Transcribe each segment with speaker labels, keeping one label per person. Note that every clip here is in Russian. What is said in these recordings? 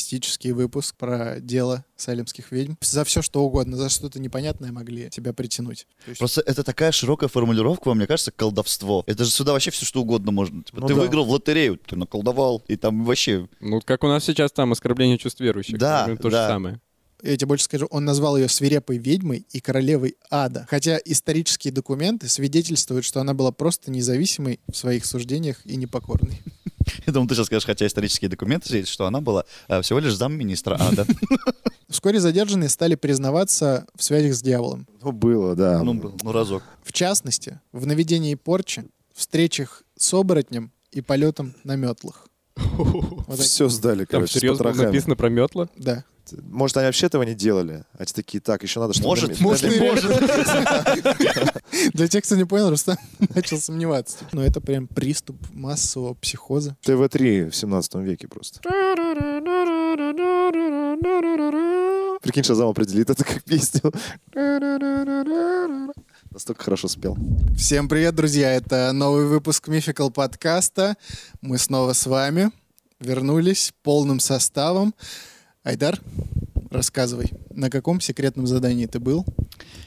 Speaker 1: мистический выпуск про дело салемских ведьм. За все что угодно, за что-то непонятное могли тебя притянуть. То есть-
Speaker 2: Просто это такая широкая формулировка, мне кажется, колдовство. Это же сюда вообще все что угодно можно. Типа,
Speaker 1: Ну
Speaker 2: ты
Speaker 1: да.
Speaker 2: выиграл в лотерею, ты наколдовал, и там вообще...
Speaker 3: Ну, вот как у нас сейчас там оскорбление чувств верующих.
Speaker 2: Да,
Speaker 3: Примерно то
Speaker 2: да.
Speaker 3: же самое.
Speaker 1: я тебе больше скажу, он назвал ее свирепой ведьмой и королевой ада. Хотя исторические документы свидетельствуют, что она была просто независимой в своих суждениях и непокорной.
Speaker 2: Я думал, ты сейчас скажешь, хотя исторические документы здесь, что она была э, всего лишь замминистра А, ада.
Speaker 1: Вскоре задержанные стали признаваться в связях с дьяволом.
Speaker 4: Ну, было, да.
Speaker 2: Ну, был, ну, разок.
Speaker 1: В частности, в наведении порчи, встречах с оборотнем и полетом на метлах. Вот так.
Speaker 4: Все сдали,
Speaker 3: Там
Speaker 4: короче, с
Speaker 3: серьезно было
Speaker 4: потрохами.
Speaker 3: написано про метла.
Speaker 1: Да.
Speaker 4: Может, они вообще этого не делали? А те такие, так, еще надо что-то...
Speaker 2: Может,
Speaker 4: наметить.
Speaker 2: может, может.
Speaker 1: Для тех, кто не понял, Рустам начал сомневаться. Но это прям приступ массового психоза.
Speaker 4: ТВ-3 в 17 веке просто. Прикинь, Шазам определит это как песню. Настолько хорошо спел.
Speaker 1: Всем привет, друзья! Это новый выпуск Мификал подкаста. Мы снова с вами. Вернулись полным составом. Айдар, рассказывай, на каком секретном задании ты был?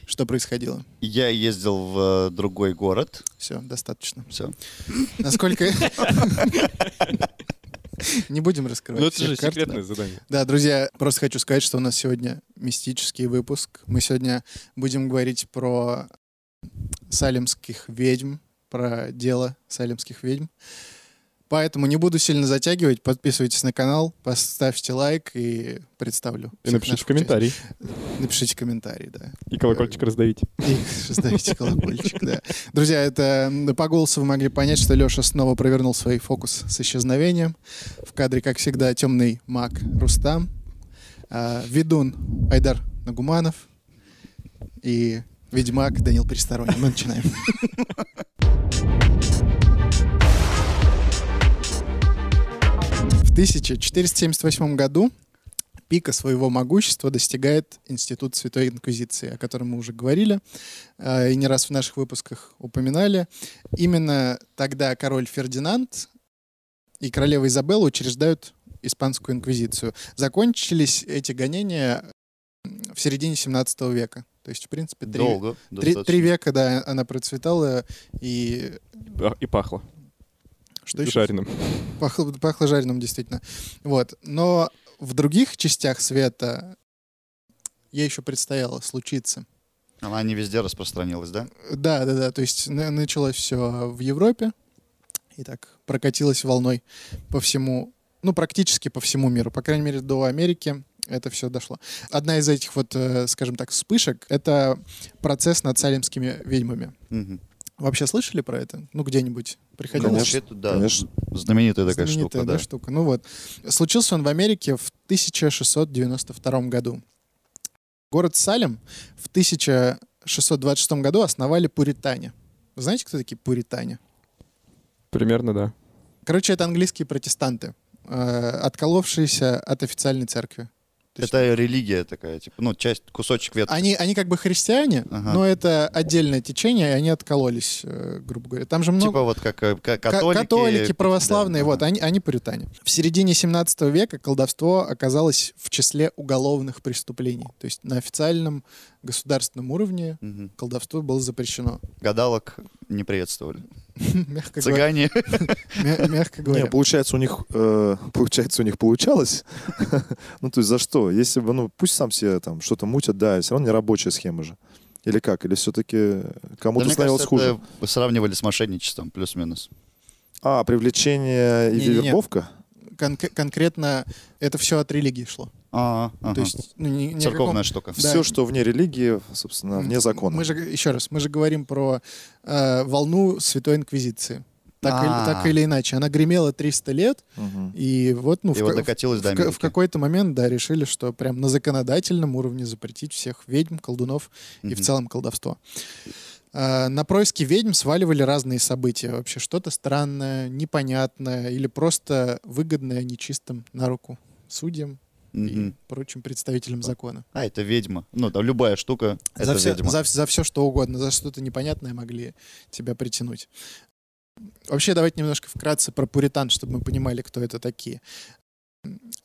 Speaker 1: Что происходило?
Speaker 2: Я ездил в э, другой город.
Speaker 1: Все, достаточно.
Speaker 2: Все.
Speaker 1: Насколько... Не будем раскрывать.
Speaker 3: Ну, это
Speaker 1: всех
Speaker 3: же
Speaker 1: карт, да.
Speaker 3: секретное задание.
Speaker 1: Да, друзья, просто хочу сказать, что у нас сегодня мистический выпуск. Мы сегодня будем говорить про салемских ведьм, про дело салемских ведьм. Поэтому не буду сильно затягивать. Подписывайтесь на канал, поставьте лайк и представлю.
Speaker 3: И
Speaker 1: всех
Speaker 3: напишите
Speaker 1: наших
Speaker 3: комментарий.
Speaker 1: участников. Напишите комментарий, да.
Speaker 3: И колокольчик
Speaker 2: Э,
Speaker 3: раздавите.
Speaker 1: И ставите колокольчик, да. Друзья, это м, по голосу вы могли понять, что Леша снова провернул свой фокус с исчезновением. В кадре, как всегда, темный маг Рустам, а, ведун Айдар Нагуманов и ведьмак Данил Пересторонний. Мы начинаем. В 1478 году пика своего могущества достигает Институт Святой Инквизиции, о котором мы уже говорили э, и не раз в наших выпусках упоминали. Именно тогда король Фердинанд и королева Изабелла учреждают Испанскую Инквизицию. Закончились эти гонения в середине 17 века. То есть, в принципе, три,
Speaker 2: Долго.
Speaker 1: три-
Speaker 2: достаточно.
Speaker 1: три века да, она процветала, и
Speaker 3: А, И пахло.
Speaker 1: что еще?
Speaker 3: Жареным.
Speaker 1: Пахло, пахло жареным, действительно. Вот. Но в других частях света ей еще предстояло случиться.
Speaker 2: Она не везде распространилась, да?
Speaker 1: Да, да, да. То есть на- началось все в Европе и так прокатилось волной по всему, ну, практически по всему миру. По крайней мере, до Америки это все дошло. Одна из этих вот, э, скажем так, вспышек — это процесс над салемскими ведьмами.
Speaker 2: Мгм.
Speaker 1: Вообще слышали про это? Ну, где-нибудь приходилось?
Speaker 2: Ну,
Speaker 4: Конечно,
Speaker 2: вообще-то, да.
Speaker 4: конечно.
Speaker 2: Знаменитая типа такая
Speaker 1: Знаменитая,
Speaker 2: штука,
Speaker 1: да,
Speaker 2: да.
Speaker 1: штука. Ну вот. Случился он в Америке в 1692 году. Город Салем в 1626 году основали пуритане. Вы знаете, кто такие пуритане?
Speaker 3: Примерно, да.
Speaker 1: Короче, это английские протестанты, э, отколовшиеся от официальной церкви. То есть
Speaker 2: Это религия такая, типа, ну, часть, кусочек ветки.
Speaker 1: Они, они как бы христиане,
Speaker 2: Ага.
Speaker 1: но это отдельное течение, и они откололись, э, грубо говоря. Там же много...
Speaker 2: Типа вот как э, к-
Speaker 1: Ка-
Speaker 2: католики.
Speaker 1: православные,
Speaker 2: да,
Speaker 1: вот,
Speaker 2: ага.
Speaker 1: они, они пуритане. В середине 17 века колдовство оказалось в числе уголовных преступлений. То есть на официальном государственном уровне
Speaker 2: Мгм.
Speaker 1: колдовство было запрещено.
Speaker 2: Гадалок не приветствовали.
Speaker 1: Мягко говоря.
Speaker 2: Цыгане.
Speaker 1: мя- Мягко
Speaker 4: Не,
Speaker 1: говоря.
Speaker 4: получается, у них э, получается, у них получалось. ну, то есть за что? Если бы, ну, пусть сам себе там что-то мутят, да, все равно не рабочая схема же. Или как? Или все-таки
Speaker 2: Да,
Speaker 4: кому-то
Speaker 2: мне
Speaker 4: становилось
Speaker 2: кажется,
Speaker 4: хуже?
Speaker 2: это сравнивали с мошенничеством, плюс-минус.
Speaker 4: А, привлечение и
Speaker 1: Не-не-не.
Speaker 4: вербовка?
Speaker 1: Кон- конкретно это все от религии шло.
Speaker 2: А, ага.
Speaker 1: То есть, ну, ни- ни о каком-
Speaker 2: Церковная штука.
Speaker 1: Да.
Speaker 4: Все, что вне религии, собственно, вне закона.
Speaker 1: Мы же, еще раз, мы же говорим про э, волну Святой Инквизиции. Так, или,
Speaker 2: А.
Speaker 1: так или иначе. Она гремела 300 лет,
Speaker 4: Мгм.
Speaker 1: и вот, ну,
Speaker 2: И
Speaker 1: в
Speaker 2: вот
Speaker 1: ка- в
Speaker 2: докатилась до
Speaker 1: В, ка- в
Speaker 2: Америки.
Speaker 1: какой-то момент, да, решили, что прям на законодательном уровне запретить всех ведьм, колдунов и в
Speaker 2: Мгм.
Speaker 1: целом колдовство. А, На происки ведьм сваливали разные события. Вообще что-то странное, непонятное или просто выгодное нечистым на руку судьям и
Speaker 2: Мгм.
Speaker 1: прочим представителям закона.
Speaker 2: А, это ведьма. Ну, там любая штука,
Speaker 1: за,
Speaker 2: это
Speaker 1: все,
Speaker 2: ведьма.
Speaker 1: за, все что угодно, за что-то непонятное могли тебя притянуть. Вообще, давайте немножко вкратце про пуритан, чтобы мы понимали, кто это такие.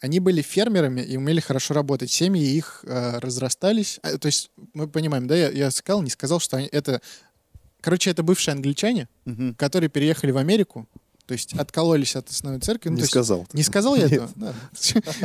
Speaker 1: Они были фермерами и умели хорошо работать. Семьи их э, разрастались. А, то есть мы понимаем, да, я, я сказал, не сказал, что они, это... Короче, это бывшие англичане,
Speaker 2: Мгм.
Speaker 1: которые переехали в Америку, то есть откололись от основной церкви. Ну,
Speaker 4: не
Speaker 1: то есть
Speaker 4: сказал.
Speaker 1: не сказал я
Speaker 4: Нет.
Speaker 1: этого? Да.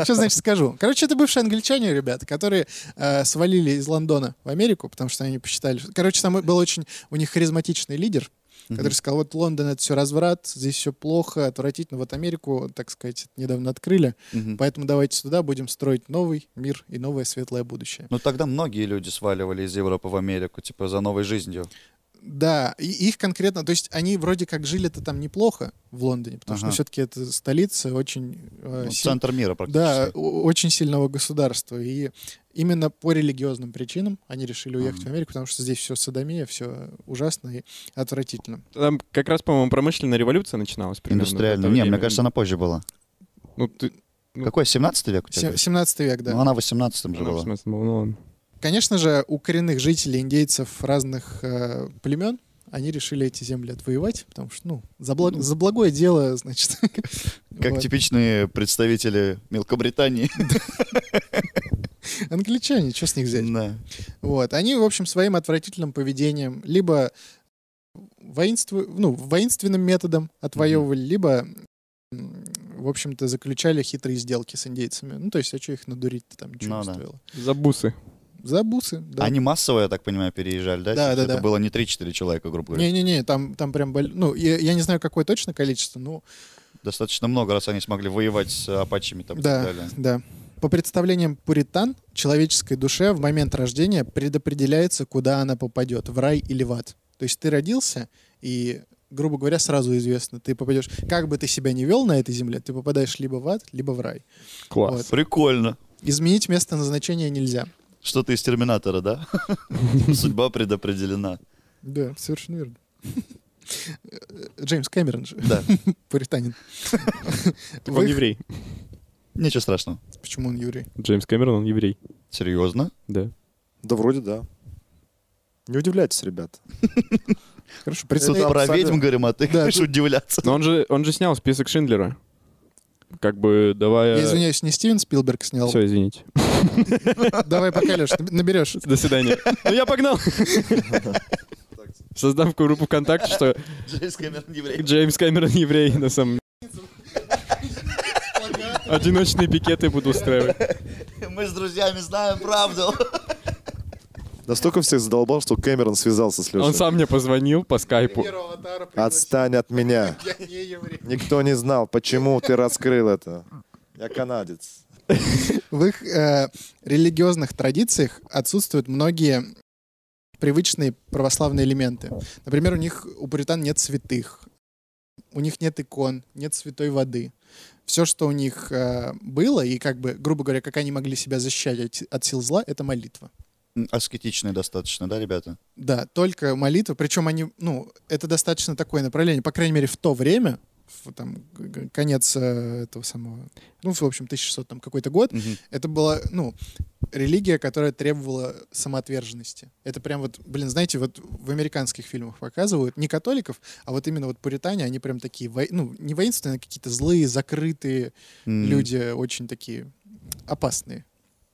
Speaker 1: Что значит скажу? Короче, это бывшие англичане, ребята, которые э, свалили из Лондона в Америку, потому что они посчитали... что- Короче, там был очень... У них харизматичный лидер,
Speaker 2: Мгм.
Speaker 1: который сказал, вот Лондон — это все разврат, здесь все плохо, отвратительно. Вот Америку, так сказать, недавно открыли,
Speaker 2: Мгм.
Speaker 1: поэтому давайте сюда будем строить новый мир и новое светлое будущее.
Speaker 2: Ну тогда многие люди сваливали из Европы в Америку, типа за новой жизнью.
Speaker 1: Да, и их конкретно, то есть они вроде как жили-то там неплохо в Лондоне, потому
Speaker 2: Ага.
Speaker 1: что все-таки это столица очень э,
Speaker 2: Ну,
Speaker 1: сильно-
Speaker 2: центр мира
Speaker 1: Да, э,
Speaker 2: практически.
Speaker 1: о- очень сильного государства. И именно по религиозным причинам они решили уехать в
Speaker 2: Ага.
Speaker 1: Америку, потому что здесь все садомия, все ужасно и отвратительно.
Speaker 3: Там как раз, по-моему, промышленная революция начиналась примерно. в
Speaker 2: Индустриально.
Speaker 3: это
Speaker 2: Не, мне
Speaker 3: время.
Speaker 2: кажется, она позже была.
Speaker 3: Ну, ты... Ну.
Speaker 2: Какой, 17 век у тебя?
Speaker 1: Сем- 17 век, да.
Speaker 2: Ну, она в 18 же
Speaker 3: она в
Speaker 2: была.
Speaker 3: 16 была, ну ладно.
Speaker 1: Конечно же, у коренных жителей индейцев разных э, племен они решили эти земли отвоевать, потому что, ну, за, бла-
Speaker 2: Ну.
Speaker 1: за благое дело, значит.
Speaker 2: Как
Speaker 1: Вот.
Speaker 2: типичные представители Мелкобритании.
Speaker 1: Англичане, что с них взять?
Speaker 2: Да.
Speaker 1: Вот. Они, в общем, своим отвратительным поведением либо воинству... ну, воинственным методом отвоевывали, либо, м, в общем-то, заключали хитрые сделки с индейцами. Ну, то есть, а что их надурить-то там? Ничего
Speaker 2: Ну
Speaker 1: не
Speaker 2: да.
Speaker 1: стоило.
Speaker 3: За бусы.
Speaker 1: За бусы, да.
Speaker 2: Они массово, я так понимаю, переезжали,
Speaker 1: Да,
Speaker 2: да? То есть
Speaker 1: да,
Speaker 2: Это
Speaker 1: да.
Speaker 2: было не 3-4 человека, грубо говоря.
Speaker 1: Не-не-не, там, там прям... бол- Ну, я, я не знаю, какое точно количество, но
Speaker 2: Достаточно много, раз они смогли воевать с э, апачами там и
Speaker 1: Да.
Speaker 2: так далее.
Speaker 1: да. По представлениям пуритан, человеческой душе в момент рождения предопределяется, куда она попадет, в рай или в ад. То есть ты родился, и, грубо говоря, сразу известно, ты попадешь, как бы ты себя ни вел на этой земле, ты попадаешь либо в ад, либо в рай.
Speaker 3: Класс.
Speaker 2: Прикольно.
Speaker 1: Изменить место назначения нельзя.
Speaker 2: Что-то из Терминатора, да? Судьба предопределена.
Speaker 1: Да, совершенно верно. Джеймс Кэмерон же,
Speaker 2: Да.
Speaker 1: пуританин.
Speaker 3: Он
Speaker 1: В их-
Speaker 3: еврей.
Speaker 2: Ничего страшного.
Speaker 1: Почему он еврей?
Speaker 3: Джеймс Кэмерон, он еврей.
Speaker 2: Серьезно?
Speaker 3: Да.
Speaker 4: Да вроде да. Не удивляйтесь, ребят.
Speaker 1: Хорошо,
Speaker 2: Тут
Speaker 1: представь.
Speaker 2: про
Speaker 4: абсолютно-
Speaker 2: ведьм говорим, а ты
Speaker 1: Да,
Speaker 2: будешь
Speaker 1: тут-
Speaker 2: удивляться.
Speaker 3: Но он же, он же снял список Шиндлера. Как бы давая...
Speaker 1: Я извиняюсь, не Стивен Спилберг снял.
Speaker 3: Все, извините.
Speaker 1: Давай пока, Леш, наб- наберешь.
Speaker 3: До свидания. Ну я погнал. Создам группу ВКонтакте, что
Speaker 2: Джеймс Кэмерон еврей.
Speaker 3: Джеймс Кэмерон еврей на самом Одиночные пикеты буду устраивать.
Speaker 2: Мы с друзьями знаем правду.
Speaker 4: Настолько всех задолбал, что Кэмерон связался с Лешей.
Speaker 3: Он сам мне позвонил по скайпу.
Speaker 4: Отстань от меня.
Speaker 1: Я не еврей.
Speaker 4: Никто не знал, почему ты раскрыл это. Я канадец.
Speaker 1: В их э, религиозных традициях отсутствуют многие привычные православные элементы. Например, у них у пуритан нет святых, у них нет икон, нет святой воды. Все, что у них э, было, и как бы, грубо говоря, как они могли себя защищать от, от сил зла, это молитва.
Speaker 2: Аскетичные достаточно, да, ребята?
Speaker 1: Да, только молитва. Причем они, ну, это достаточно такое направление, по крайней мере, в то время, в, там, г- г- конец э, этого самого, ну, в общем, 1600 там какой-то год,
Speaker 2: Мгм.
Speaker 1: это была, ну, религия, которая требовала самоотверженности. Это прям вот, блин, знаете, вот в американских фильмах показывают не католиков, а вот именно вот пуритане, они прям такие, вой- ну, не воинственные, а какие-то злые, закрытые
Speaker 2: М.
Speaker 1: люди, очень такие опасные.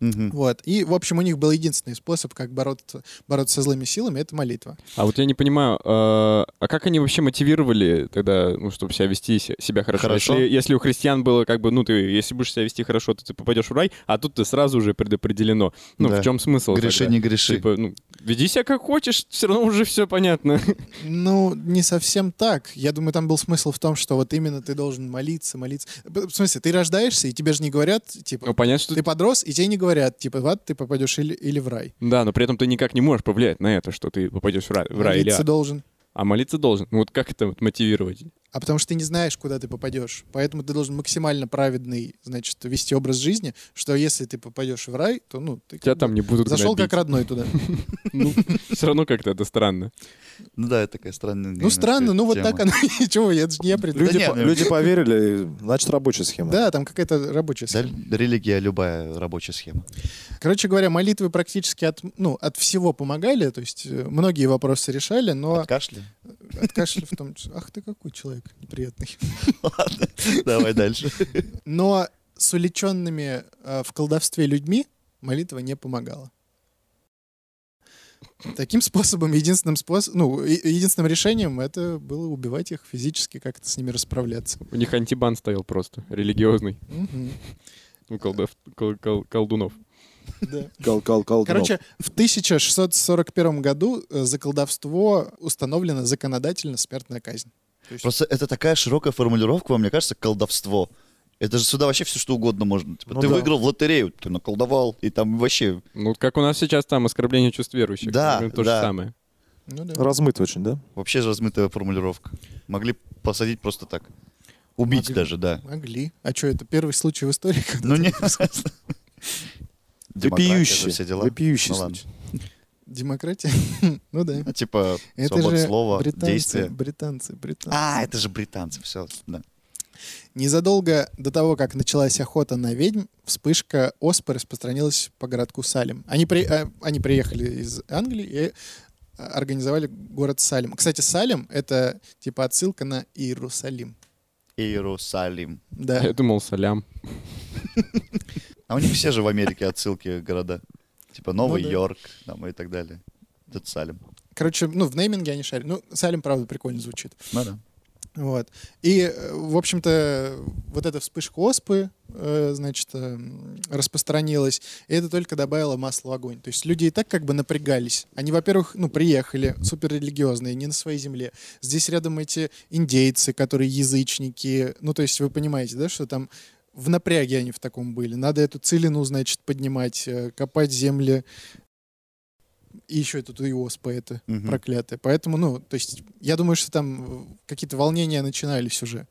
Speaker 2: Мгм.
Speaker 1: Вот. И, в общем, у них был единственный способ, как бороться, бороться со злыми силами, это молитва.
Speaker 3: А вот я не понимаю, э, а как они вообще мотивировали тогда, ну, чтобы себя вести се- себя хорошо?
Speaker 2: Хорошо.
Speaker 3: Если, если у христиан было как бы, ну, ты, если будешь себя вести хорошо, то ты попадешь в рай, а тут ты сразу уже предопределено. Ну,
Speaker 2: Да.
Speaker 3: в чем смысл?
Speaker 2: Греши,
Speaker 3: тогда?
Speaker 2: не греши.
Speaker 3: Типа, ну, веди себя как хочешь, все равно уже все понятно.
Speaker 1: Ну, не совсем так. Я думаю, там был смысл в том, что вот именно ты должен молиться, молиться. Б- В смысле, ты рождаешься, и тебе же не говорят, типа,
Speaker 3: Ну, понятно, что...
Speaker 1: ты подрос, и тебе не говорят, типа, в ад ты попадешь или, или в рай.
Speaker 3: Да, но при этом ты никак не можешь повлиять на это, что ты попадешь в рай, в рай или
Speaker 1: Молиться
Speaker 3: ад.
Speaker 1: должен.
Speaker 3: А молиться должен. Ну, вот как это вот мотивировать?
Speaker 1: А потому что ты не знаешь, куда ты попадешь. Поэтому ты должен максимально праведный, значит, вести образ жизни, что если ты попадешь в рай, то, ну, ты как
Speaker 3: Тебя
Speaker 1: бы
Speaker 3: там не будут
Speaker 1: зашел как родной туда.
Speaker 3: Все равно как-то это странно.
Speaker 2: Ну да, это такая странная...
Speaker 1: Ну, странно, ну, вот так оно. Ничего, это же не я придумал.
Speaker 2: Люди
Speaker 4: Люди,
Speaker 2: не,
Speaker 4: по-
Speaker 2: ну-
Speaker 4: люди поверили, и, значит, рабочая схема.
Speaker 1: Да, там какая-то рабочая
Speaker 2: Да,
Speaker 1: схема.
Speaker 2: религия любая рабочая схема.
Speaker 1: Короче говоря, молитвы практически от, ну, от всего помогали, то есть э, многие вопросы решали, но
Speaker 2: От кашля?
Speaker 1: от кашля в том числе. Ах ты какой человек неприятный.
Speaker 2: Давай дальше.
Speaker 1: Но с уличенными э, в колдовстве людьми молитва не помогала. Таким способом, единственным способ, ну, е- единственным решением это было убивать их физически, как-то с ними расправляться.
Speaker 3: У них антибан стоял просто, религиозный,
Speaker 1: Мгм.
Speaker 3: у колдов- кол- кол- колдунов.
Speaker 1: Да.
Speaker 4: Кал-кал-кал.
Speaker 1: Короче, в 1641 году э, за колдовство установлена законодательно смертная казнь. То есть
Speaker 2: Просто это такая широкая формулировка, мне кажется, колдовство. Это же сюда вообще все что угодно можно. Типа,
Speaker 4: Ну
Speaker 2: ты
Speaker 4: да.
Speaker 2: выиграл в лотерею, ты наколдовал, и там вообще...
Speaker 3: Ну, как у нас сейчас там оскорбление чувств верующих.
Speaker 2: Да,
Speaker 3: Примерно То
Speaker 2: да.
Speaker 3: же самое.
Speaker 1: ну да.
Speaker 4: Размыт очень, да?
Speaker 2: Вообще размытая формулировка. Могли посадить просто так. Убить
Speaker 1: Могли.
Speaker 2: даже, да.
Speaker 1: Могли. А что, это первый случай в истории? когда-
Speaker 2: Ну не... Демократия же,
Speaker 4: Вопиющий.
Speaker 2: все дела.
Speaker 4: Вопиющий
Speaker 2: Ну ладно.
Speaker 4: случай.
Speaker 1: Демократия? Ну да.
Speaker 2: Ну, Типа,
Speaker 1: Это
Speaker 2: свобода
Speaker 1: же
Speaker 2: слова,
Speaker 1: британцы,
Speaker 2: действия.
Speaker 1: британцы, британцы.
Speaker 2: А, это же британцы, все. Да.
Speaker 1: Незадолго до того, как началась охота на ведьм, вспышка оспы распространилась по городку Салим. Они, при- э, они приехали из Англии и э, организовали город Салим. Кстати, Салим — это типа отсылка на Иерусалим.
Speaker 2: Иерусалим.
Speaker 1: Да.
Speaker 3: Я думал, салям.
Speaker 2: А у них все же в Америке отсылки города. Типа Новый
Speaker 1: Ну да.
Speaker 2: Йорк там, и так далее. Тут Салим.
Speaker 1: Короче, ну, в нейминге они шарят. Ну, Салим, правда, прикольно звучит.
Speaker 2: Ну да.
Speaker 1: Вот. И, э, в общем-то, вот эта вспышка оспы, э, значит, э, м, распространилась, и это только добавило масла в огонь. То есть люди и так как бы напрягались. Они, во-первых, ну, приехали, суперрелигиозные, не на своей земле. Здесь рядом эти индейцы, которые язычники. Ну, то есть вы понимаете, да, что там в напряге они в таком были. Надо эту целину, значит, поднимать, э, копать земли. И еще эту и оспа это
Speaker 2: Мгм.
Speaker 1: проклятая. Поэтому, ну, то есть, я думаю, что там э, какие-то волнения начинались уже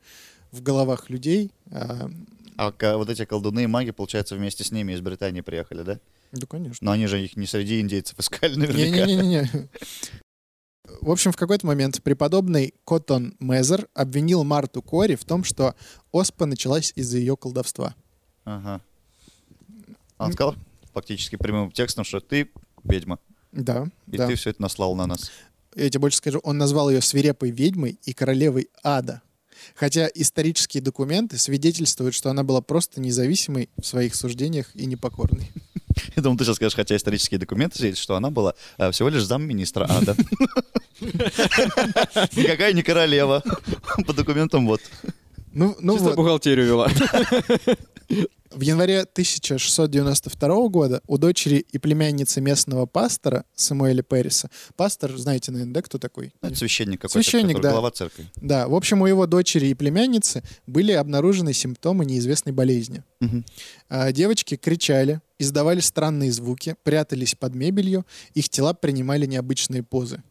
Speaker 1: в головах людей. А,
Speaker 2: А ка- вот эти колдуны и маги, получается, вместе с ними из Британии приехали, да?
Speaker 1: да, конечно.
Speaker 2: Но они же их не среди индейцев искали наверняка.
Speaker 1: Не-не-не-не. В общем, в какой-то момент преподобный Коттон Мезер обвинил Марту Кори в том, что оспа началась из-за ее колдовства.
Speaker 2: Ага. А Он сказал фактически прямым текстом, что ты ведьма,
Speaker 1: Да,
Speaker 2: и
Speaker 1: да.
Speaker 2: ты все это наслал на нас.
Speaker 1: я тебе больше скажу, он назвал ее свирепой ведьмой и королевой ада. Хотя исторические документы свидетельствуют, что она была просто независимой в своих суждениях и непокорной.
Speaker 2: Я думал, ты сейчас скажешь, хотя исторические документы есть, что она была э, всего лишь замминистра ада. Никакая не королева. По документам вот.
Speaker 1: Ну, ну
Speaker 3: Чисто
Speaker 1: вот.
Speaker 3: бухгалтерию вела.
Speaker 1: В январе 1692 года у дочери и племянницы местного пастора Самуэля Перриса, пастор, знаете, наверное, да, кто такой?
Speaker 2: Ну, это священник какой-то,
Speaker 1: Священник, да.
Speaker 2: который глава церкви.
Speaker 1: Да, в общем, у его дочери и племянницы были обнаружены симптомы неизвестной болезни.
Speaker 2: Мгм.
Speaker 1: А девочки кричали, издавали странные звуки, прятались под мебелью, их тела принимали необычные позы.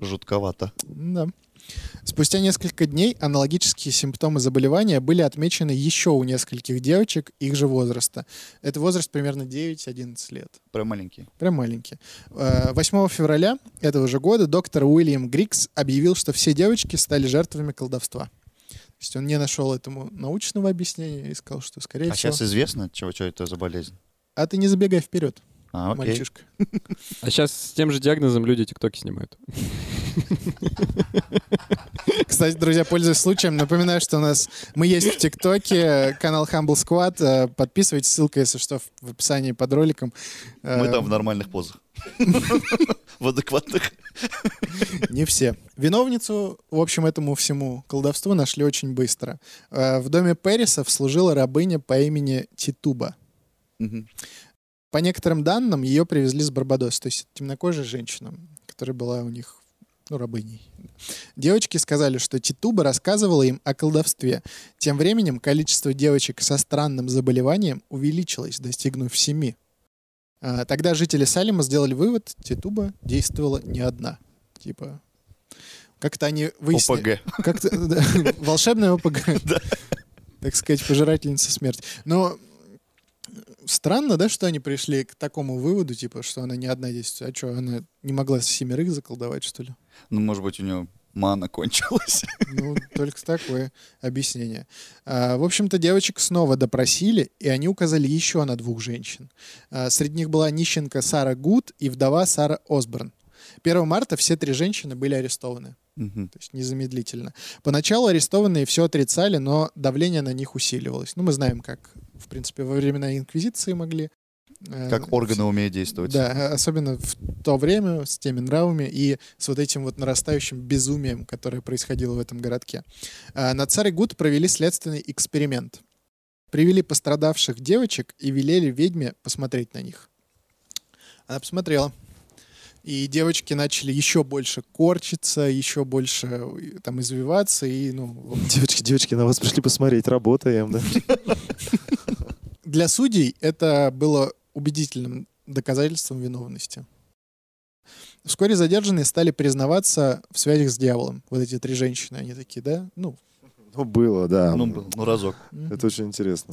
Speaker 2: Жутковато.
Speaker 1: Да. Спустя несколько дней аналогические симптомы заболевания были отмечены еще у нескольких девочек их же возраста. Это возраст примерно 9-11 лет.
Speaker 2: Прям маленький.
Speaker 1: Прям маленькие. Э, 8 февраля этого же года доктор Уильям Грикс объявил, что все девочки стали жертвами колдовства. То есть он не нашел этому научного объяснения и сказал, что скорее
Speaker 2: А
Speaker 1: всего...
Speaker 2: сейчас известно, чего, чего это за болезнь?
Speaker 1: А ты не забегай вперед,
Speaker 2: А, окей.
Speaker 1: мальчишка.
Speaker 3: А сейчас с тем же диагнозом люди тиктоки снимают.
Speaker 1: Кстати, друзья, пользуясь случаем, напоминаю, что у нас мы есть в ТикТоке, канал Humble Squad. э, Подписывайтесь, ссылка, если что, в- в описании под роликом. Э,
Speaker 2: Мы там в нормальных позах. В адекватных.
Speaker 1: Не все. Виновницу, в общем, этому всему колдовству нашли очень быстро. Э, В доме Перрисов служила рабыня по имени Титуба.
Speaker 2: Мгм.
Speaker 1: По некоторым данным, ее привезли с Барбадос, то есть темнокожая женщина, которая была у них ну, рабыней. Девочки сказали, что Титуба рассказывала им о колдовстве. Тем временем количество девочек со странным заболеванием увеличилось, достигнув семи. А, Тогда жители Салима сделали вывод, Титуба действовала не одна. Типа, как-то они выяснили...
Speaker 2: ОПГ.
Speaker 1: Как-то, э, да, волшебная ОПГ. Так сказать, пожирательница смерти. Но странно, да, что они пришли к такому выводу, типа, что она не одна здесь. А что, она не могла семерых заколдовать, что ли?
Speaker 2: Ну, может быть, у него мана кончилась.
Speaker 1: Ну, только такое объяснение. А, в общем-то, девочек снова допросили, и они указали еще на двух женщин. А, среди них была нищенка Сара Гуд и вдова Сара Осборн. 1 марта все три женщины были арестованы.
Speaker 2: Мгм.
Speaker 1: То есть незамедлительно. Поначалу арестованные все отрицали, но давление на них усиливалось. Ну, мы знаем, как, в принципе, во времена Инквизиции могли. э,
Speaker 2: Как органы умеют действовать.
Speaker 1: Да, а, особенно в то время с теми нравами и с вот этим вот нарастающим безумием, которое происходило в этом городке. А, На Царь Гуд провели следственный эксперимент. Привели пострадавших девочек и велели ведьме посмотреть на них. Она посмотрела. И девочки начали еще больше корчиться, еще больше э, там извиваться. И, ну, в
Speaker 4: Девочки, девочки, на вас пришли посмотреть, работаем, да?
Speaker 1: для судей это было убедительным доказательством виновности. Вскоре задержанные стали признаваться в связях с дьяволом. Вот эти три женщины, они такие, да? Ну,
Speaker 4: Ну, было, да.
Speaker 2: Ну, был, ну, разок.
Speaker 1: м.
Speaker 4: Это очень интересно.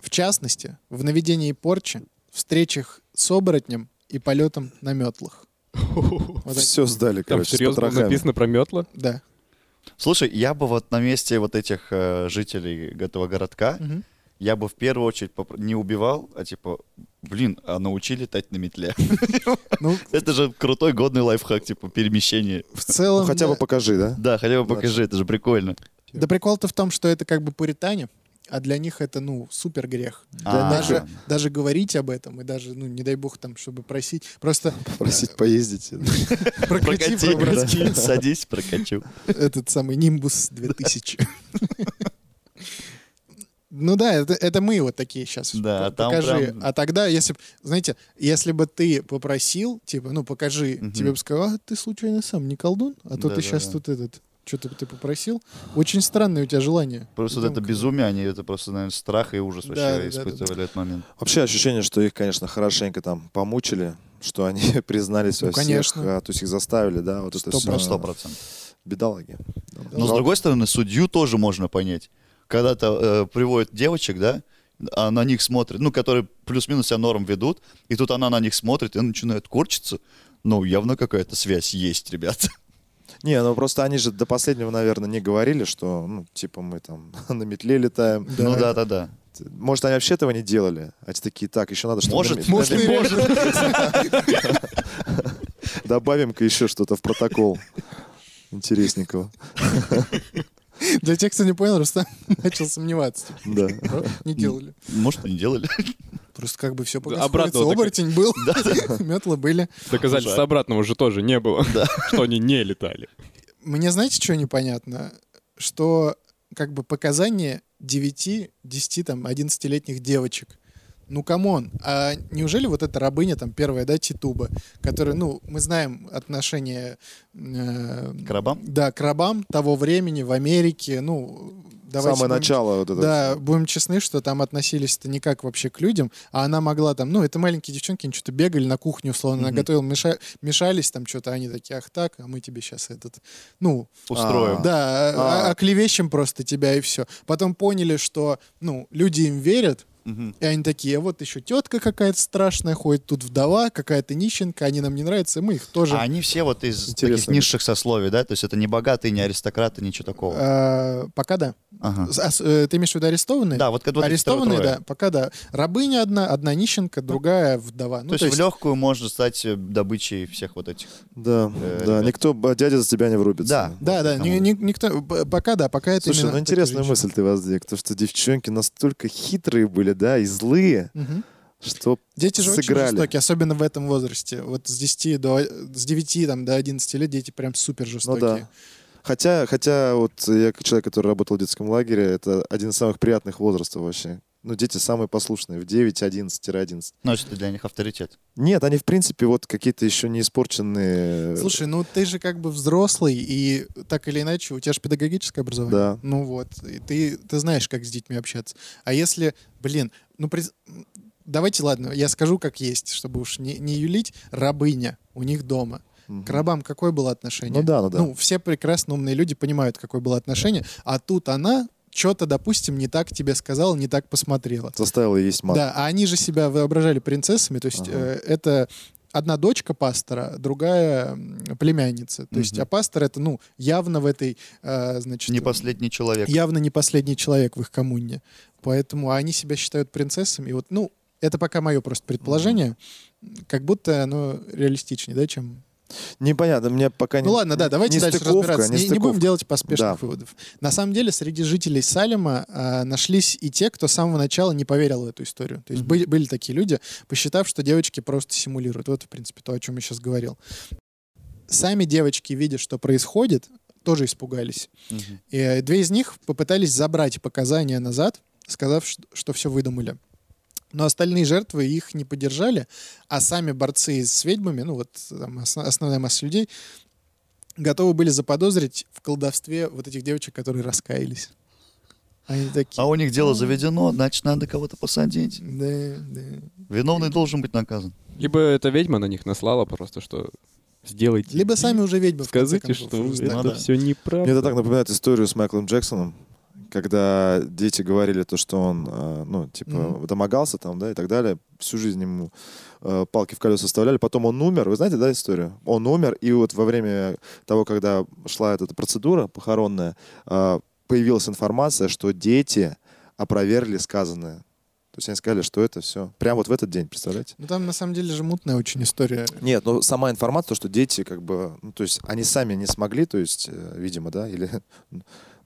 Speaker 1: в частности, в наведении порчи, встречах с оборотнем и полетом на метлах. Вот так,
Speaker 4: Все сдали,
Speaker 3: Там
Speaker 4: короче, с
Speaker 3: серьезно
Speaker 4: потрохами.
Speaker 3: написано про метла?
Speaker 1: да.
Speaker 2: Слушай, я бы вот на месте вот этих э, жителей этого городка,
Speaker 1: Мгм.
Speaker 2: я бы в первую очередь попро- не убивал, а типа, блин, а научи летать на метле.
Speaker 1: Ну,
Speaker 2: Это же крутой, годный лайфхак, типа, перемещение.
Speaker 1: в
Speaker 4: Ну,
Speaker 1: целом...
Speaker 4: хотя бы
Speaker 1: да.
Speaker 4: покажи, да?
Speaker 2: Да, хотя бы покажи, это же прикольно.
Speaker 1: Да прикол-то в том, что это как бы пуритане, а для них это, ну, супер грех.
Speaker 2: А,
Speaker 1: даже, даже говорить об этом, и даже, ну, не дай бог, там, чтобы просить. Просто
Speaker 4: Попросить поездить.
Speaker 1: прокати
Speaker 2: Прокати,
Speaker 1: выброс.
Speaker 2: да. Садись, прокачу.
Speaker 1: этот самый Нимбус 2000. Ну да, это, это мы вот такие сейчас.
Speaker 2: Да,
Speaker 1: П-
Speaker 2: там
Speaker 1: покажи.
Speaker 2: прям-
Speaker 1: А тогда, если б, знаете, если бы ты попросил, типа, ну покажи,
Speaker 2: Мгм.
Speaker 1: тебе бы сказали, а ты случайно сам не колдун, а то ты
Speaker 2: Да-да-да.
Speaker 1: сейчас тут этот, что-то ты попросил. Очень странное у тебя желание.
Speaker 2: Просто вот
Speaker 1: Потом
Speaker 2: это
Speaker 1: как-
Speaker 2: безумие, они это просто, наверное, страх и ужас
Speaker 1: Да, да, да,
Speaker 2: вообще
Speaker 1: да,
Speaker 2: испытывали этот момент.
Speaker 4: Вообще ощущение, что их, конечно, хорошенько там помучили, что они признались
Speaker 1: Ну,
Speaker 4: во всех,
Speaker 1: конечно.
Speaker 4: а, то есть их заставили, да, вот это
Speaker 1: Сто
Speaker 4: все.
Speaker 2: Ну, сто процентов.
Speaker 4: Бедолаги.
Speaker 2: Но с другой стороны, судью тоже можно понять. Когда-то э, приводят девочек, да, а на них смотрит, ну, которые плюс-минус себя норм ведут, и тут она на них смотрит и начинает корчиться. Ну, явно какая-то связь есть, ребята.
Speaker 4: Не, ну просто они же до последнего, наверное, не говорили, что, ну, типа мы там на метле летаем.
Speaker 1: Да.
Speaker 2: Ну, да-да-да.
Speaker 4: Может, они вообще этого не делали? А те такие, так, еще надо, что
Speaker 2: Может,
Speaker 1: Может, и реально.
Speaker 4: добавим-ка еще что-то в протокол. Интересненького.
Speaker 1: Для тех, кто не понял, Рустам начал сомневаться. типа,
Speaker 4: Да.
Speaker 1: «Правда? Не делали.
Speaker 2: Может, и не делали.
Speaker 1: Просто как бы все пока
Speaker 3: обратно
Speaker 1: сходится.
Speaker 3: вот так-
Speaker 1: Оборотень был, метлы были.
Speaker 3: Доказательств обратного же тоже не было, что они не летали.
Speaker 1: Мне знаете, что непонятно? Что как бы показания 9, 10, там, 11-летних девочек. Ну, камон, а неужели вот эта рабыня, там, первая, да, Титуба, которая, ну, мы знаем отношение... э,
Speaker 2: К рабам?
Speaker 1: Да, к рабам того времени в Америке, ну... давайте
Speaker 4: Самое
Speaker 1: будем-
Speaker 4: начало вот это.
Speaker 1: Да, будем честны, что там относились-то никак вообще к людям, а она могла там, ну, это маленькие девчонки, они что-то бегали на кухню, условно, она
Speaker 2: Мгм.
Speaker 1: готовила, меша- мешались там что-то, они такие, ах так, а мы тебе сейчас этот, ну,
Speaker 2: Устроим.
Speaker 4: А.
Speaker 1: да, а-
Speaker 4: А.
Speaker 1: оклевещем просто тебя и все. Потом поняли, что, ну, люди им верят,
Speaker 2: Мгм.
Speaker 1: и они такие, «А вот еще тетка какая-то страшная ходит, тут вдова, какая-то нищенка, они нам не нравятся, и мы их тоже...
Speaker 2: А они все вот из таких
Speaker 4: Интересно.
Speaker 2: низших сословий, да? То есть это не богатые, не аристократы, ничего такого.
Speaker 1: Э, пока да.
Speaker 2: Ага.
Speaker 1: А с- э, ты имеешь в виду арестованные?
Speaker 2: Да, вот как вот эти
Speaker 1: арестованные,
Speaker 2: трое-трое.
Speaker 1: да, пока да. Рабыня одна, одна нищенка, другая вдова. Ну,
Speaker 2: то, есть в легкую можно стать э, добычей всех вот этих.
Speaker 4: Да,
Speaker 2: Э,
Speaker 4: да.
Speaker 2: ребят.
Speaker 4: Никто, б- дядя за тебя не врубится.
Speaker 1: Да,
Speaker 2: Да.
Speaker 1: да, ни- ни- никто, п- пока да, пока это
Speaker 4: Слушай,
Speaker 1: именно
Speaker 4: ну
Speaker 1: такие
Speaker 4: интересная
Speaker 1: женщины.
Speaker 4: мысль ты возник, то, что девчонки настолько хитрые были, да, и злые,
Speaker 1: Мгм.
Speaker 4: что
Speaker 1: Дети же
Speaker 4: Сыграли.
Speaker 1: очень жестокие, особенно в этом возрасте. Вот с 10 до с 9 там, до 11 лет дети прям супер
Speaker 4: Ну
Speaker 1: жестокие.
Speaker 4: да. Хотя, хотя вот я как человек, который работал в детском лагере, это один из самых приятных возрастов вообще. Ну, дети самые послушные, в 9, 11, 11.
Speaker 2: Значит, ну, ты для них авторитет.
Speaker 4: Нет, они, в принципе, вот какие-то еще не испорченные.
Speaker 1: Слушай, ну ты же как бы взрослый, и так или иначе, у тебя же педагогическое образование.
Speaker 4: э, Да.
Speaker 1: Ну вот, и ты, ты знаешь, как с детьми общаться. А если, блин, ну приз- м, давайте, ладно, я скажу как есть, чтобы уж не, не юлить, рабыня у них дома.
Speaker 4: Мгм.
Speaker 1: К рабам какое было отношение?
Speaker 4: Ну да, ну да.
Speaker 1: Ну, все прекрасно умные люди понимают, какое было отношение, а тут она что-то, допустим, не так тебе сказала, не так посмотрела.
Speaker 4: Заставила есть мат.
Speaker 1: Да, а они же себя воображали принцессами, то есть
Speaker 4: Ага.
Speaker 1: э, это одна дочка пастора, другая м, племянница. То есть,
Speaker 2: Мгм.
Speaker 1: а пастор это, ну, явно в этой, э, значит...
Speaker 2: Не последний человек.
Speaker 1: Явно не последний человек в их коммуне. Поэтому они себя считают принцессами. И вот, ну, это пока мое просто предположение. Как будто оно реалистичнее, да, чем
Speaker 4: Непонятно, мне пока не
Speaker 1: Ну ладно, да, давайте
Speaker 4: не
Speaker 1: дальше
Speaker 4: стыковка,
Speaker 1: разбираться. Не, не будем
Speaker 4: стыковка.
Speaker 1: делать поспешных
Speaker 4: Э, Да.
Speaker 1: выводов. На самом деле, среди жителей Салема а, нашлись и те, кто с самого начала не поверил в эту историю. То есть были, были такие люди, посчитав, что девочки просто симулируют. Вот, в принципе, то, о чем я сейчас говорил. Сами девочки, видя, что происходит, тоже испугались.
Speaker 2: Мгм.
Speaker 1: И э, две из них попытались забрать показания назад, сказав, что, все выдумали. Но остальные жертвы их не поддержали, а сами борцы с ведьмами, ну вот там осно- основная масса людей, готовы были заподозрить в колдовстве вот этих девочек, которые раскаялись. Они такие...
Speaker 2: А у них дело заведено, значит, надо кого-то посадить.
Speaker 1: Да, да.
Speaker 2: Виновный должен быть наказан.
Speaker 3: Либо эта ведьма на них наслала просто, что сделайте.
Speaker 1: Либо сами уже ведьмы. в конце
Speaker 3: Скажите,
Speaker 1: концов,
Speaker 3: что
Speaker 1: узнали.
Speaker 2: Ну
Speaker 3: это
Speaker 2: да.
Speaker 3: все неправда.
Speaker 4: Мне это так напоминает историю с Майклом Джексоном, когда дети говорили то, что он, э, ну, типа,
Speaker 1: Мгм.
Speaker 4: домогался там, да, и так далее. Всю жизнь ему э, палки в колеса вставляли. Потом он умер. Вы знаете, да, историю? Он умер, и вот во время того, когда шла эта процедура похоронная, э, появилась информация, что дети опровергли сказанное. То есть они сказали, что это все. Прямо вот в этот день, представляете?
Speaker 1: Ну там на самом деле же мутная очень история.
Speaker 4: Нет, ну сама информация, то, что дети как бы, ну то есть они сами не смогли, то есть, э, видимо, да, или,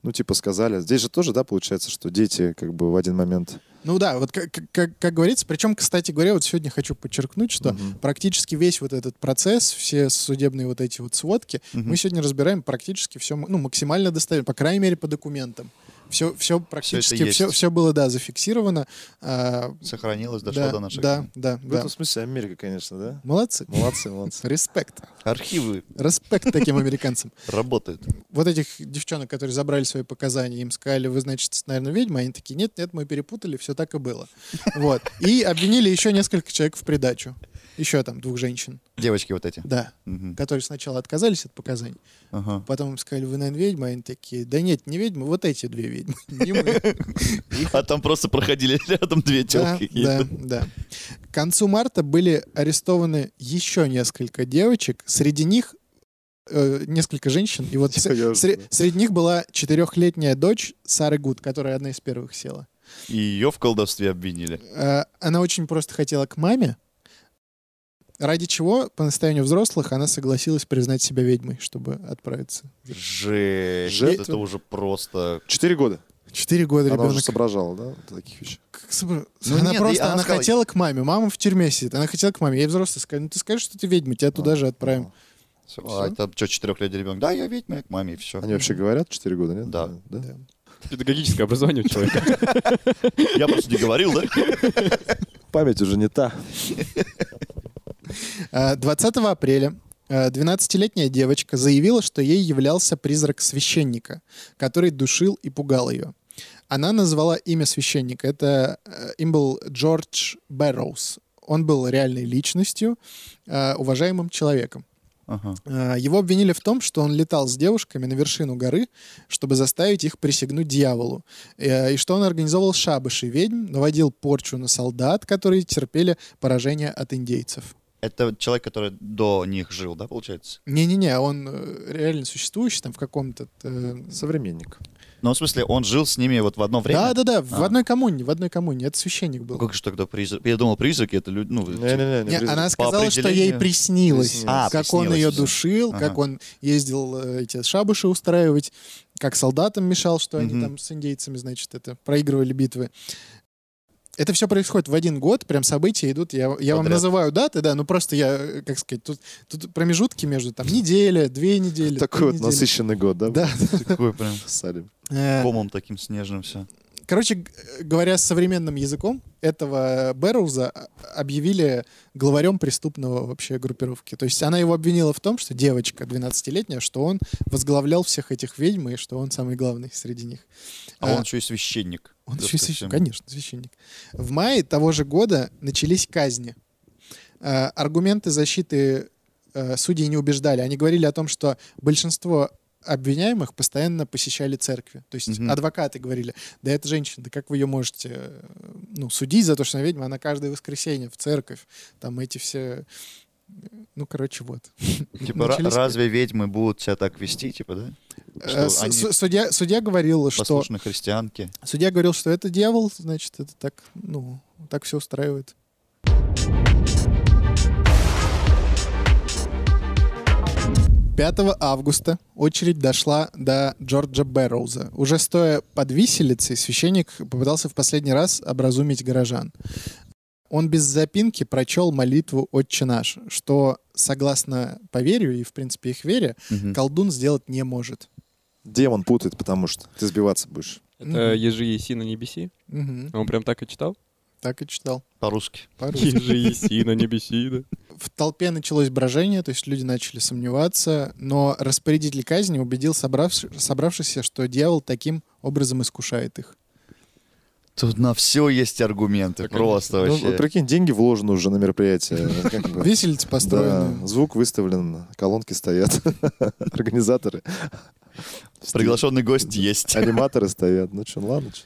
Speaker 4: ну типа сказали. Здесь же тоже, да, получается, что дети как бы в один момент.
Speaker 1: Ну да, вот как, как- как, как говорится, причем, кстати говоря, вот сегодня хочу подчеркнуть, что
Speaker 4: Мгм.
Speaker 1: практически весь вот этот процесс, все судебные вот эти вот сводки,
Speaker 2: Мгм.
Speaker 1: мы сегодня разбираем практически все, ну, максимально достоверно, по крайней мере, по документам. Все, все практически,
Speaker 2: есть.
Speaker 1: все, все было, да, зафиксировано. А,
Speaker 2: Сохранилось, дошло
Speaker 1: да,
Speaker 2: до наших
Speaker 1: да,
Speaker 2: дней.
Speaker 1: да,
Speaker 4: В
Speaker 1: да.
Speaker 4: этом смысле Америка, конечно, да.
Speaker 1: Молодцы.
Speaker 4: Молодцы, молодцы.
Speaker 1: Респект.
Speaker 2: Архивы
Speaker 1: Респект таким американцам.
Speaker 2: работают.
Speaker 1: Вот этих девчонок, которые забрали свои показания, им сказали, вы, значит, наверное, ведьма. Они такие, нет, нет, мы перепутали, все так и было. Вот. И обвинили еще несколько человек в придачу. Еще там двух женщин.
Speaker 2: Девочки вот эти.
Speaker 1: Да.
Speaker 2: Мгм.
Speaker 1: Которые сначала отказались от показаний,
Speaker 2: Ага.
Speaker 1: А Потом им сказали, вы, наверное, ведьма. Они такие, да нет, не ведьма, вот эти две ведьмы. Не мы.
Speaker 2: А там просто проходили рядом две
Speaker 1: Да,
Speaker 2: телки.
Speaker 1: да, да. К концу марта были арестованы еще несколько девочек. Среди них э, несколько женщин. И вот
Speaker 4: Я
Speaker 1: сре-
Speaker 4: уже
Speaker 1: сре-
Speaker 4: знаю.
Speaker 1: среди них была четырехлетняя дочь Сары Гуд, которая одна из первых села.
Speaker 2: И ее в колдовстве обвинили.
Speaker 1: Э, Она очень просто хотела к маме, ради чего, по настоянию взрослых, она согласилась признать себя ведьмой, чтобы отправиться.
Speaker 2: Жесть.
Speaker 4: Жертва.
Speaker 2: Это уже просто...
Speaker 4: Четыре года.
Speaker 1: Четыре года
Speaker 4: Она уже
Speaker 1: ребенок.
Speaker 4: соображала, да, вот таких вещей.
Speaker 1: Как собра-
Speaker 2: Ну
Speaker 1: она
Speaker 2: нет, да и
Speaker 1: просто
Speaker 2: она
Speaker 1: она,
Speaker 2: сказала-
Speaker 1: хотела к маме. Мама в тюрьме сидит. Она хотела к маме. Ей взрослые сказали, ну ты скажешь, что ты ведьма, тебя
Speaker 2: А.
Speaker 1: туда же отправим.
Speaker 2: Всё,
Speaker 1: Всё.
Speaker 2: А это что, четырехлетний ребенок? Да, я ведьма, я к маме, и все.
Speaker 4: Они вообще говорят четыре года, нет?
Speaker 2: Да.
Speaker 4: да?
Speaker 1: Да.
Speaker 3: Педагогическое образование у человека.
Speaker 2: Я просто не говорил, да?
Speaker 4: Память уже не та.
Speaker 1: А, 20 апреля а, 12-летняя девочка заявила, что ей являлся призрак священника, который душил и пугал ее. Она назвала имя священника. Это э, им был Джордж Бэрроуз. Он был реальной личностью, э, уважаемым человеком.
Speaker 2: Ага.
Speaker 1: Э, Его обвинили в том, что он летал с девушками на вершину горы, чтобы заставить их присягнуть дьяволу. Э, И что он организовал шабыши ведьм, наводил порчу на солдат, которые терпели поражение от индейцев.
Speaker 2: Это человек, который до них жил, да, получается?
Speaker 1: Не-не-не, он э, реально существующий там в каком-то... э,
Speaker 4: Современник.
Speaker 2: Ну, в смысле, он жил с ними вот в одно время?
Speaker 1: Да-да-да, в
Speaker 2: А.
Speaker 1: одной коммуне, в одной коммуне. Это священник
Speaker 2: Ну,
Speaker 1: был.
Speaker 2: как же тогда призрак? Я думал, призраки это люди, ну, типа,
Speaker 4: Не-не-не, не а
Speaker 1: Не,
Speaker 4: призрак.
Speaker 1: она
Speaker 2: по
Speaker 1: сказала, что ей
Speaker 2: определению.
Speaker 1: приснилось,
Speaker 4: Приснилось.
Speaker 2: А,
Speaker 1: как он
Speaker 2: приснилось
Speaker 1: ее
Speaker 2: всё.
Speaker 1: душил,
Speaker 2: Ага.
Speaker 1: как он ездил э, эти шабыши устраивать, как солдатам мешал, что они
Speaker 2: Мгм.
Speaker 1: там с индейцами, значит, это проигрывали битвы. Это все происходит в один год, прям события идут. Я, я вам
Speaker 2: Подряд.
Speaker 1: называю даты, да, ну просто я, э, как сказать, тут, тут промежутки между там неделя, две недели. три
Speaker 4: Такой вот
Speaker 1: недели.
Speaker 4: насыщенный год, да?
Speaker 1: Да.
Speaker 2: такой прям
Speaker 4: Салим.
Speaker 1: Э,
Speaker 2: комом таким снежным все.
Speaker 1: Короче г- говоря, современным языком этого Берроуза а, объявили главарем преступного вообще группировки. То есть она его обвинила в том, что девочка 12-летняя, что он возглавлял всех этих ведьм и что он самый главный среди них.
Speaker 2: А
Speaker 1: А,
Speaker 2: он еще и священник.
Speaker 1: он
Speaker 2: Да
Speaker 1: еще и
Speaker 2: ко
Speaker 1: священник,
Speaker 2: всему.
Speaker 1: конечно, священник. В мае того же года начались казни. Э, Аргументы защиты э, судей не убеждали. Они говорили о том, что большинство обвиняемых постоянно посещали церкви. То есть
Speaker 2: Мгм.
Speaker 1: адвокаты говорили, да это женщина, да как вы ее можете э, ну, судить за то, что она ведьма? Она каждое воскресенье в церковь. Там эти все... Ну, короче, вот.
Speaker 2: Типа, ра-
Speaker 1: Начались-
Speaker 2: разве ведьмы будут себя так вести, типа, да? что
Speaker 1: Э, с-
Speaker 2: они-
Speaker 1: су- Судья, судья говорил, что...
Speaker 2: Послушные христианки.
Speaker 1: Судья говорил, что это дьявол, значит, это так, ну, так все устраивает. 5 августа очередь дошла до Джорджа Бэрроуза. Уже стоя под виселицей, священник попытался в последний раз образумить горожан. Он без запинки прочел молитву «Отче наш», что, согласно поверью и, в принципе, их вере,
Speaker 2: Мгм.
Speaker 1: колдун сделать не может.
Speaker 4: Демон путает, потому что ты сбиваться будешь.
Speaker 3: Это «Ежи еси Э, на небеси». А
Speaker 1: Мгм.
Speaker 3: Он прям так и читал?
Speaker 1: Так и читал.
Speaker 2: По-русски.
Speaker 1: По-русски.
Speaker 3: «Ежи еси на небеси», да.
Speaker 1: В толпе началось брожение, то есть люди начали сомневаться, но распорядитель казни убедил собравш- собравшихся, что дьявол таким образом искушает их.
Speaker 2: Тут на все есть аргументы.
Speaker 3: Да, конечно.
Speaker 2: просто
Speaker 4: Ну,
Speaker 2: вообще.
Speaker 4: вот прикинь, деньги вложены уже на мероприятие. Как бы.
Speaker 1: Виселицы
Speaker 4: Да,
Speaker 1: построены.
Speaker 4: звук выставлен, колонки стоят, организаторы,
Speaker 2: Приглашенный гость есть.
Speaker 1: А,
Speaker 4: аниматоры стоят. Ну что, ладно. чё.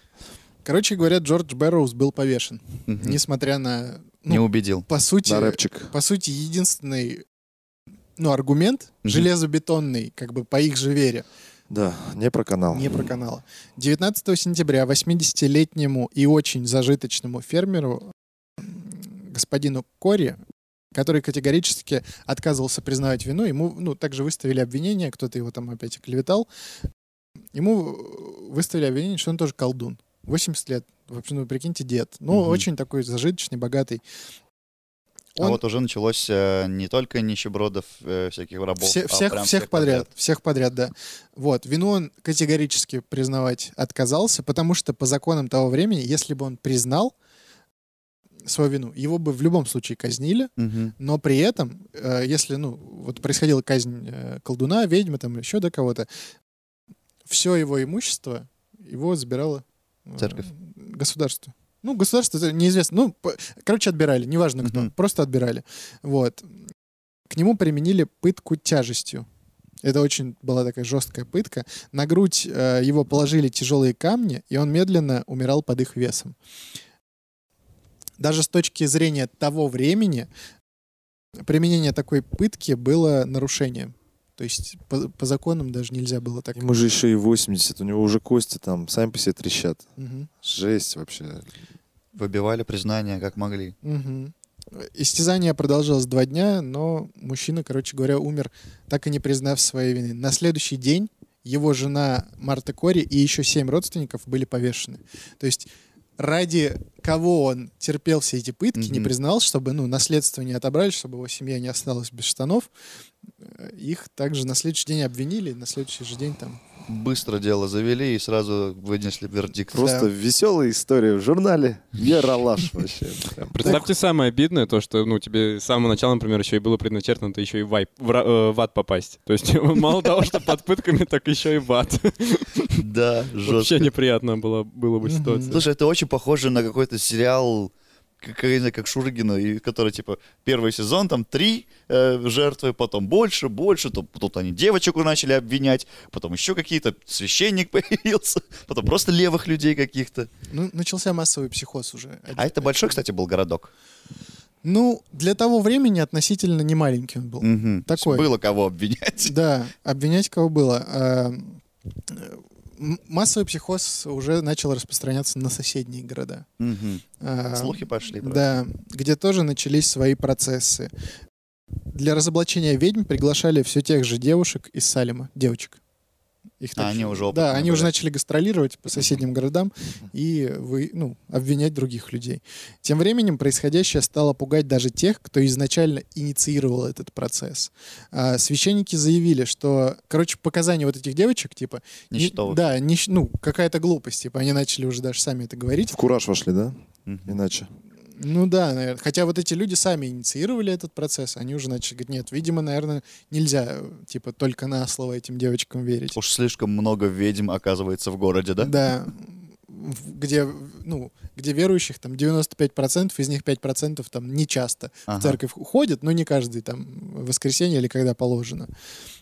Speaker 1: Короче говоря, Джордж Бэрроуз был повешен,
Speaker 2: Мгм.
Speaker 1: несмотря на, ну,
Speaker 2: Не убедил.
Speaker 1: по сути,
Speaker 4: Хм. На рэпчик.
Speaker 1: по сути, единственный ну, аргумент,
Speaker 2: Мгм.
Speaker 1: железобетонный, как бы по их же вере,
Speaker 4: Да, не про канал.
Speaker 1: не про канала. 19 сентября 80-летнему и очень зажиточному фермеру, м, господину Кори, который категорически отказывался признавать вину, ему ну, также выставили обвинение, кто-то его там опять оклеветал, ему э, выставили обвинение, что он тоже колдун. 80 лет, вообще, ну, прикиньте, дед. Ну,
Speaker 2: Мгм.
Speaker 1: очень такой зажиточный, богатый.
Speaker 2: А
Speaker 1: Он-
Speaker 2: вот уже началось э, не только нищебродов, э, всяких рабов.
Speaker 1: Все-
Speaker 2: а
Speaker 1: всех,
Speaker 2: прям
Speaker 1: всех, подряд, Всех подряд, да. Вот. Вину он категорически признавать отказался, потому что по законам того времени, если бы он признал свою вину, его бы в любом случае казнили,
Speaker 2: Мгм.
Speaker 1: но при этом, э, если, ну, вот происходила казнь э, колдуна, ведьмы, там еще до кого-то, все его имущество его забирало э,
Speaker 2: Церковь.
Speaker 1: государство. Ну, государство это неизвестно. Ну, по- короче, отбирали, неважно кто,
Speaker 2: Мгм.
Speaker 1: просто отбирали. Вот. К нему применили пытку тяжестью. Это очень была такая жесткая пытка. На грудь э, его положили тяжелые камни, и он медленно умирал под их весом. Даже с точки зрения того времени применение такой пытки было нарушением. То есть по, по законам даже нельзя было так.
Speaker 4: Ему же еще и 80, у него уже кости там сами по себе трещат.
Speaker 1: Мгм.
Speaker 4: Жесть вообще.
Speaker 2: Выбивали признания, как могли.
Speaker 1: Мгм. Истязание продолжилось два дня, но мужчина, короче говоря, умер, так и не признав своей вины. На следующий день его жена Марта Кори и еще семь родственников были повешены. То есть ради кого он терпел все эти пытки, не
Speaker 2: Мгм.
Speaker 1: признал, чтобы ну, наследство не отобрали, чтобы его семья не осталась без штанов. э, Их также на следующий день обвинили, на следующий же день там...
Speaker 2: Быстро дело завели и сразу вынесли вердикт.
Speaker 4: Просто
Speaker 1: Да.
Speaker 4: веселая история в журнале. Ералаш вообще. Прям.
Speaker 3: Представьте самое обидное, то, что, ну, тебе с самого начала, например, еще и было предначертано, ты еще и в, вайп- в ра- э, в ад попасть. То есть мало того, что под пытками, так еще и в ад.
Speaker 2: Да,
Speaker 3: Вообще
Speaker 2: жестко.
Speaker 3: неприятно было, было бы
Speaker 1: Мгм.
Speaker 3: ситуация.
Speaker 2: Слушай, это очень похоже на какой-то сериал, как, я не знаю, как Шургина, и который, типа, первый сезон, там три э, жертвы, потом больше, больше, то- тут они девочек начали обвинять, потом еще какие-то, священник появился, потом просто левых людей каких-то.
Speaker 1: Ну, начался массовый психоз уже.
Speaker 2: А это большой, кстати, был городок.
Speaker 1: Ну, для того времени относительно не маленький он был.
Speaker 2: Мгм. То есть
Speaker 1: Такой.
Speaker 2: Было кого обвинять.
Speaker 1: Да, обвинять кого было. А, м- Массовый психоз уже начал распространяться на соседние города.
Speaker 2: Мгм.
Speaker 1: А,
Speaker 2: Слухи пошли. просто.
Speaker 1: Да, где тоже начались свои процессы. Для разоблачения ведьм приглашали все тех же девушек из Салема, девочек. Их
Speaker 2: А,
Speaker 1: так-
Speaker 2: они уже опытные
Speaker 1: Да, они уже
Speaker 2: были.
Speaker 1: начали гастролировать по соседним городам и вы, ну, обвинять других людей. Тем временем происходящее стало пугать даже тех, кто изначально инициировал этот процесс. А, священники заявили, что, короче, показания вот этих девочек, типа... не-
Speaker 2: Нищетовых.
Speaker 1: Да, нищ- ну, какая-то глупость, типа, они начали уже даже сами это говорить.
Speaker 4: В кураж вошли, да?
Speaker 2: Мгм.
Speaker 4: Иначе.
Speaker 1: Ну да, наверное. Хотя вот эти люди сами инициировали этот процесс. Они уже начали говорить, нет, видимо, наверное, нельзя, э, типа, только на слово этим девочкам верить.
Speaker 2: Уж слишком много ведьм оказывается в городе, да?
Speaker 1: Да. В- Где, ну, где верующих там 95%, из них 5% там не часто
Speaker 2: Ага.
Speaker 1: в церковь уходят, но не каждый там в воскресенье или когда положено.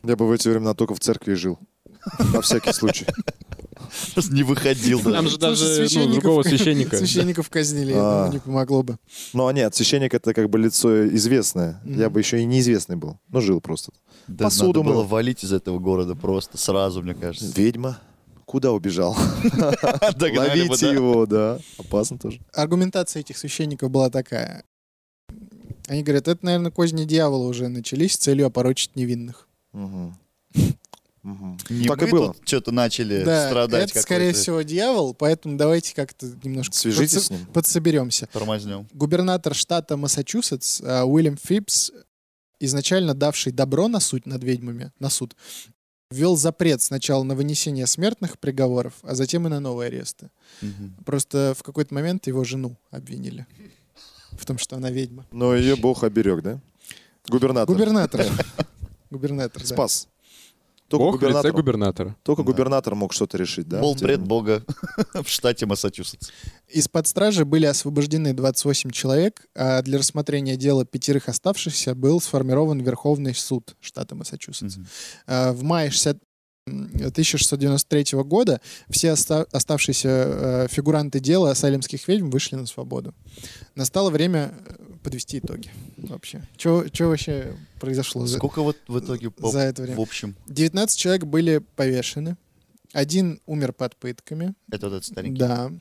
Speaker 4: Я бы в эти времена только в церкви и жил. На всякий случай.
Speaker 2: Просто не выходил.
Speaker 3: Там
Speaker 2: даже.
Speaker 3: же
Speaker 1: Слушай,
Speaker 3: даже ну, другого священника.
Speaker 1: Священников казнили, я думаю,
Speaker 4: А.
Speaker 1: не помогло бы.
Speaker 4: Но нет, священник а это как бы лицо известное.
Speaker 1: Мгм.
Speaker 4: Я бы еще и неизвестный был. Ну, жил просто.
Speaker 2: Да
Speaker 4: Посуду
Speaker 2: надо было
Speaker 4: мыл.
Speaker 2: валить из этого города просто сразу, мне кажется.
Speaker 4: Ведьма. Куда убежал?
Speaker 2: Догнали бы, да.
Speaker 4: Ловите его, да. Опасно тоже.
Speaker 1: аргументация этих священников была такая. Они говорят, это, наверное, козни дьявола уже начались с целью опорочить невинных.
Speaker 4: Мгм. Мгм.
Speaker 2: Не
Speaker 4: так
Speaker 2: мы
Speaker 4: и было.
Speaker 2: тут что-то начали
Speaker 1: Да,
Speaker 2: Э, страдать.
Speaker 1: это, скорее
Speaker 2: какой-то
Speaker 1: всего, дьявол, поэтому давайте как-то немножко
Speaker 4: Свяжитесь
Speaker 1: подсо-
Speaker 4: с ним.
Speaker 1: подсоберемся.
Speaker 2: Тормознем.
Speaker 1: Губернатор штата Массачусетс э, Уильям Фипс, изначально давший добро на суть над ведьмами, на суд, ввел запрет сначала на вынесение смертных приговоров, а затем и на новые аресты.
Speaker 2: Мгм.
Speaker 1: Просто в какой-то момент его жену обвинили в том, что она ведьма.
Speaker 4: Но ее бог оберег, да? Губернатор.
Speaker 1: Губернатор. Губернатор, да.
Speaker 4: Спас. Только,
Speaker 3: Бог в лице
Speaker 4: губернатор,
Speaker 3: губернатора.
Speaker 4: только
Speaker 2: Да.
Speaker 4: губернатор мог что-то решить, да?
Speaker 2: Был бред
Speaker 4: Типа,
Speaker 2: бога в штате Массачусетс.
Speaker 1: Из-под стражи были освобождены 28 человек, а для рассмотрения дела пятерых оставшихся был сформирован Верховный суд штата Массачусетс.
Speaker 2: Мгм.
Speaker 1: А, В мае 60 м, 1693 года все оста- оставшиеся э, фигуранты дела салемских ведьм вышли на свободу. Настало время э, подвести итоги вообще. Что вообще произошло за,
Speaker 2: Сколько вот в итоге по-
Speaker 1: за это время?
Speaker 2: в общем?
Speaker 1: 19 человек были повешены. Один умер под пытками.
Speaker 2: Это вот этот старенький.
Speaker 1: Да.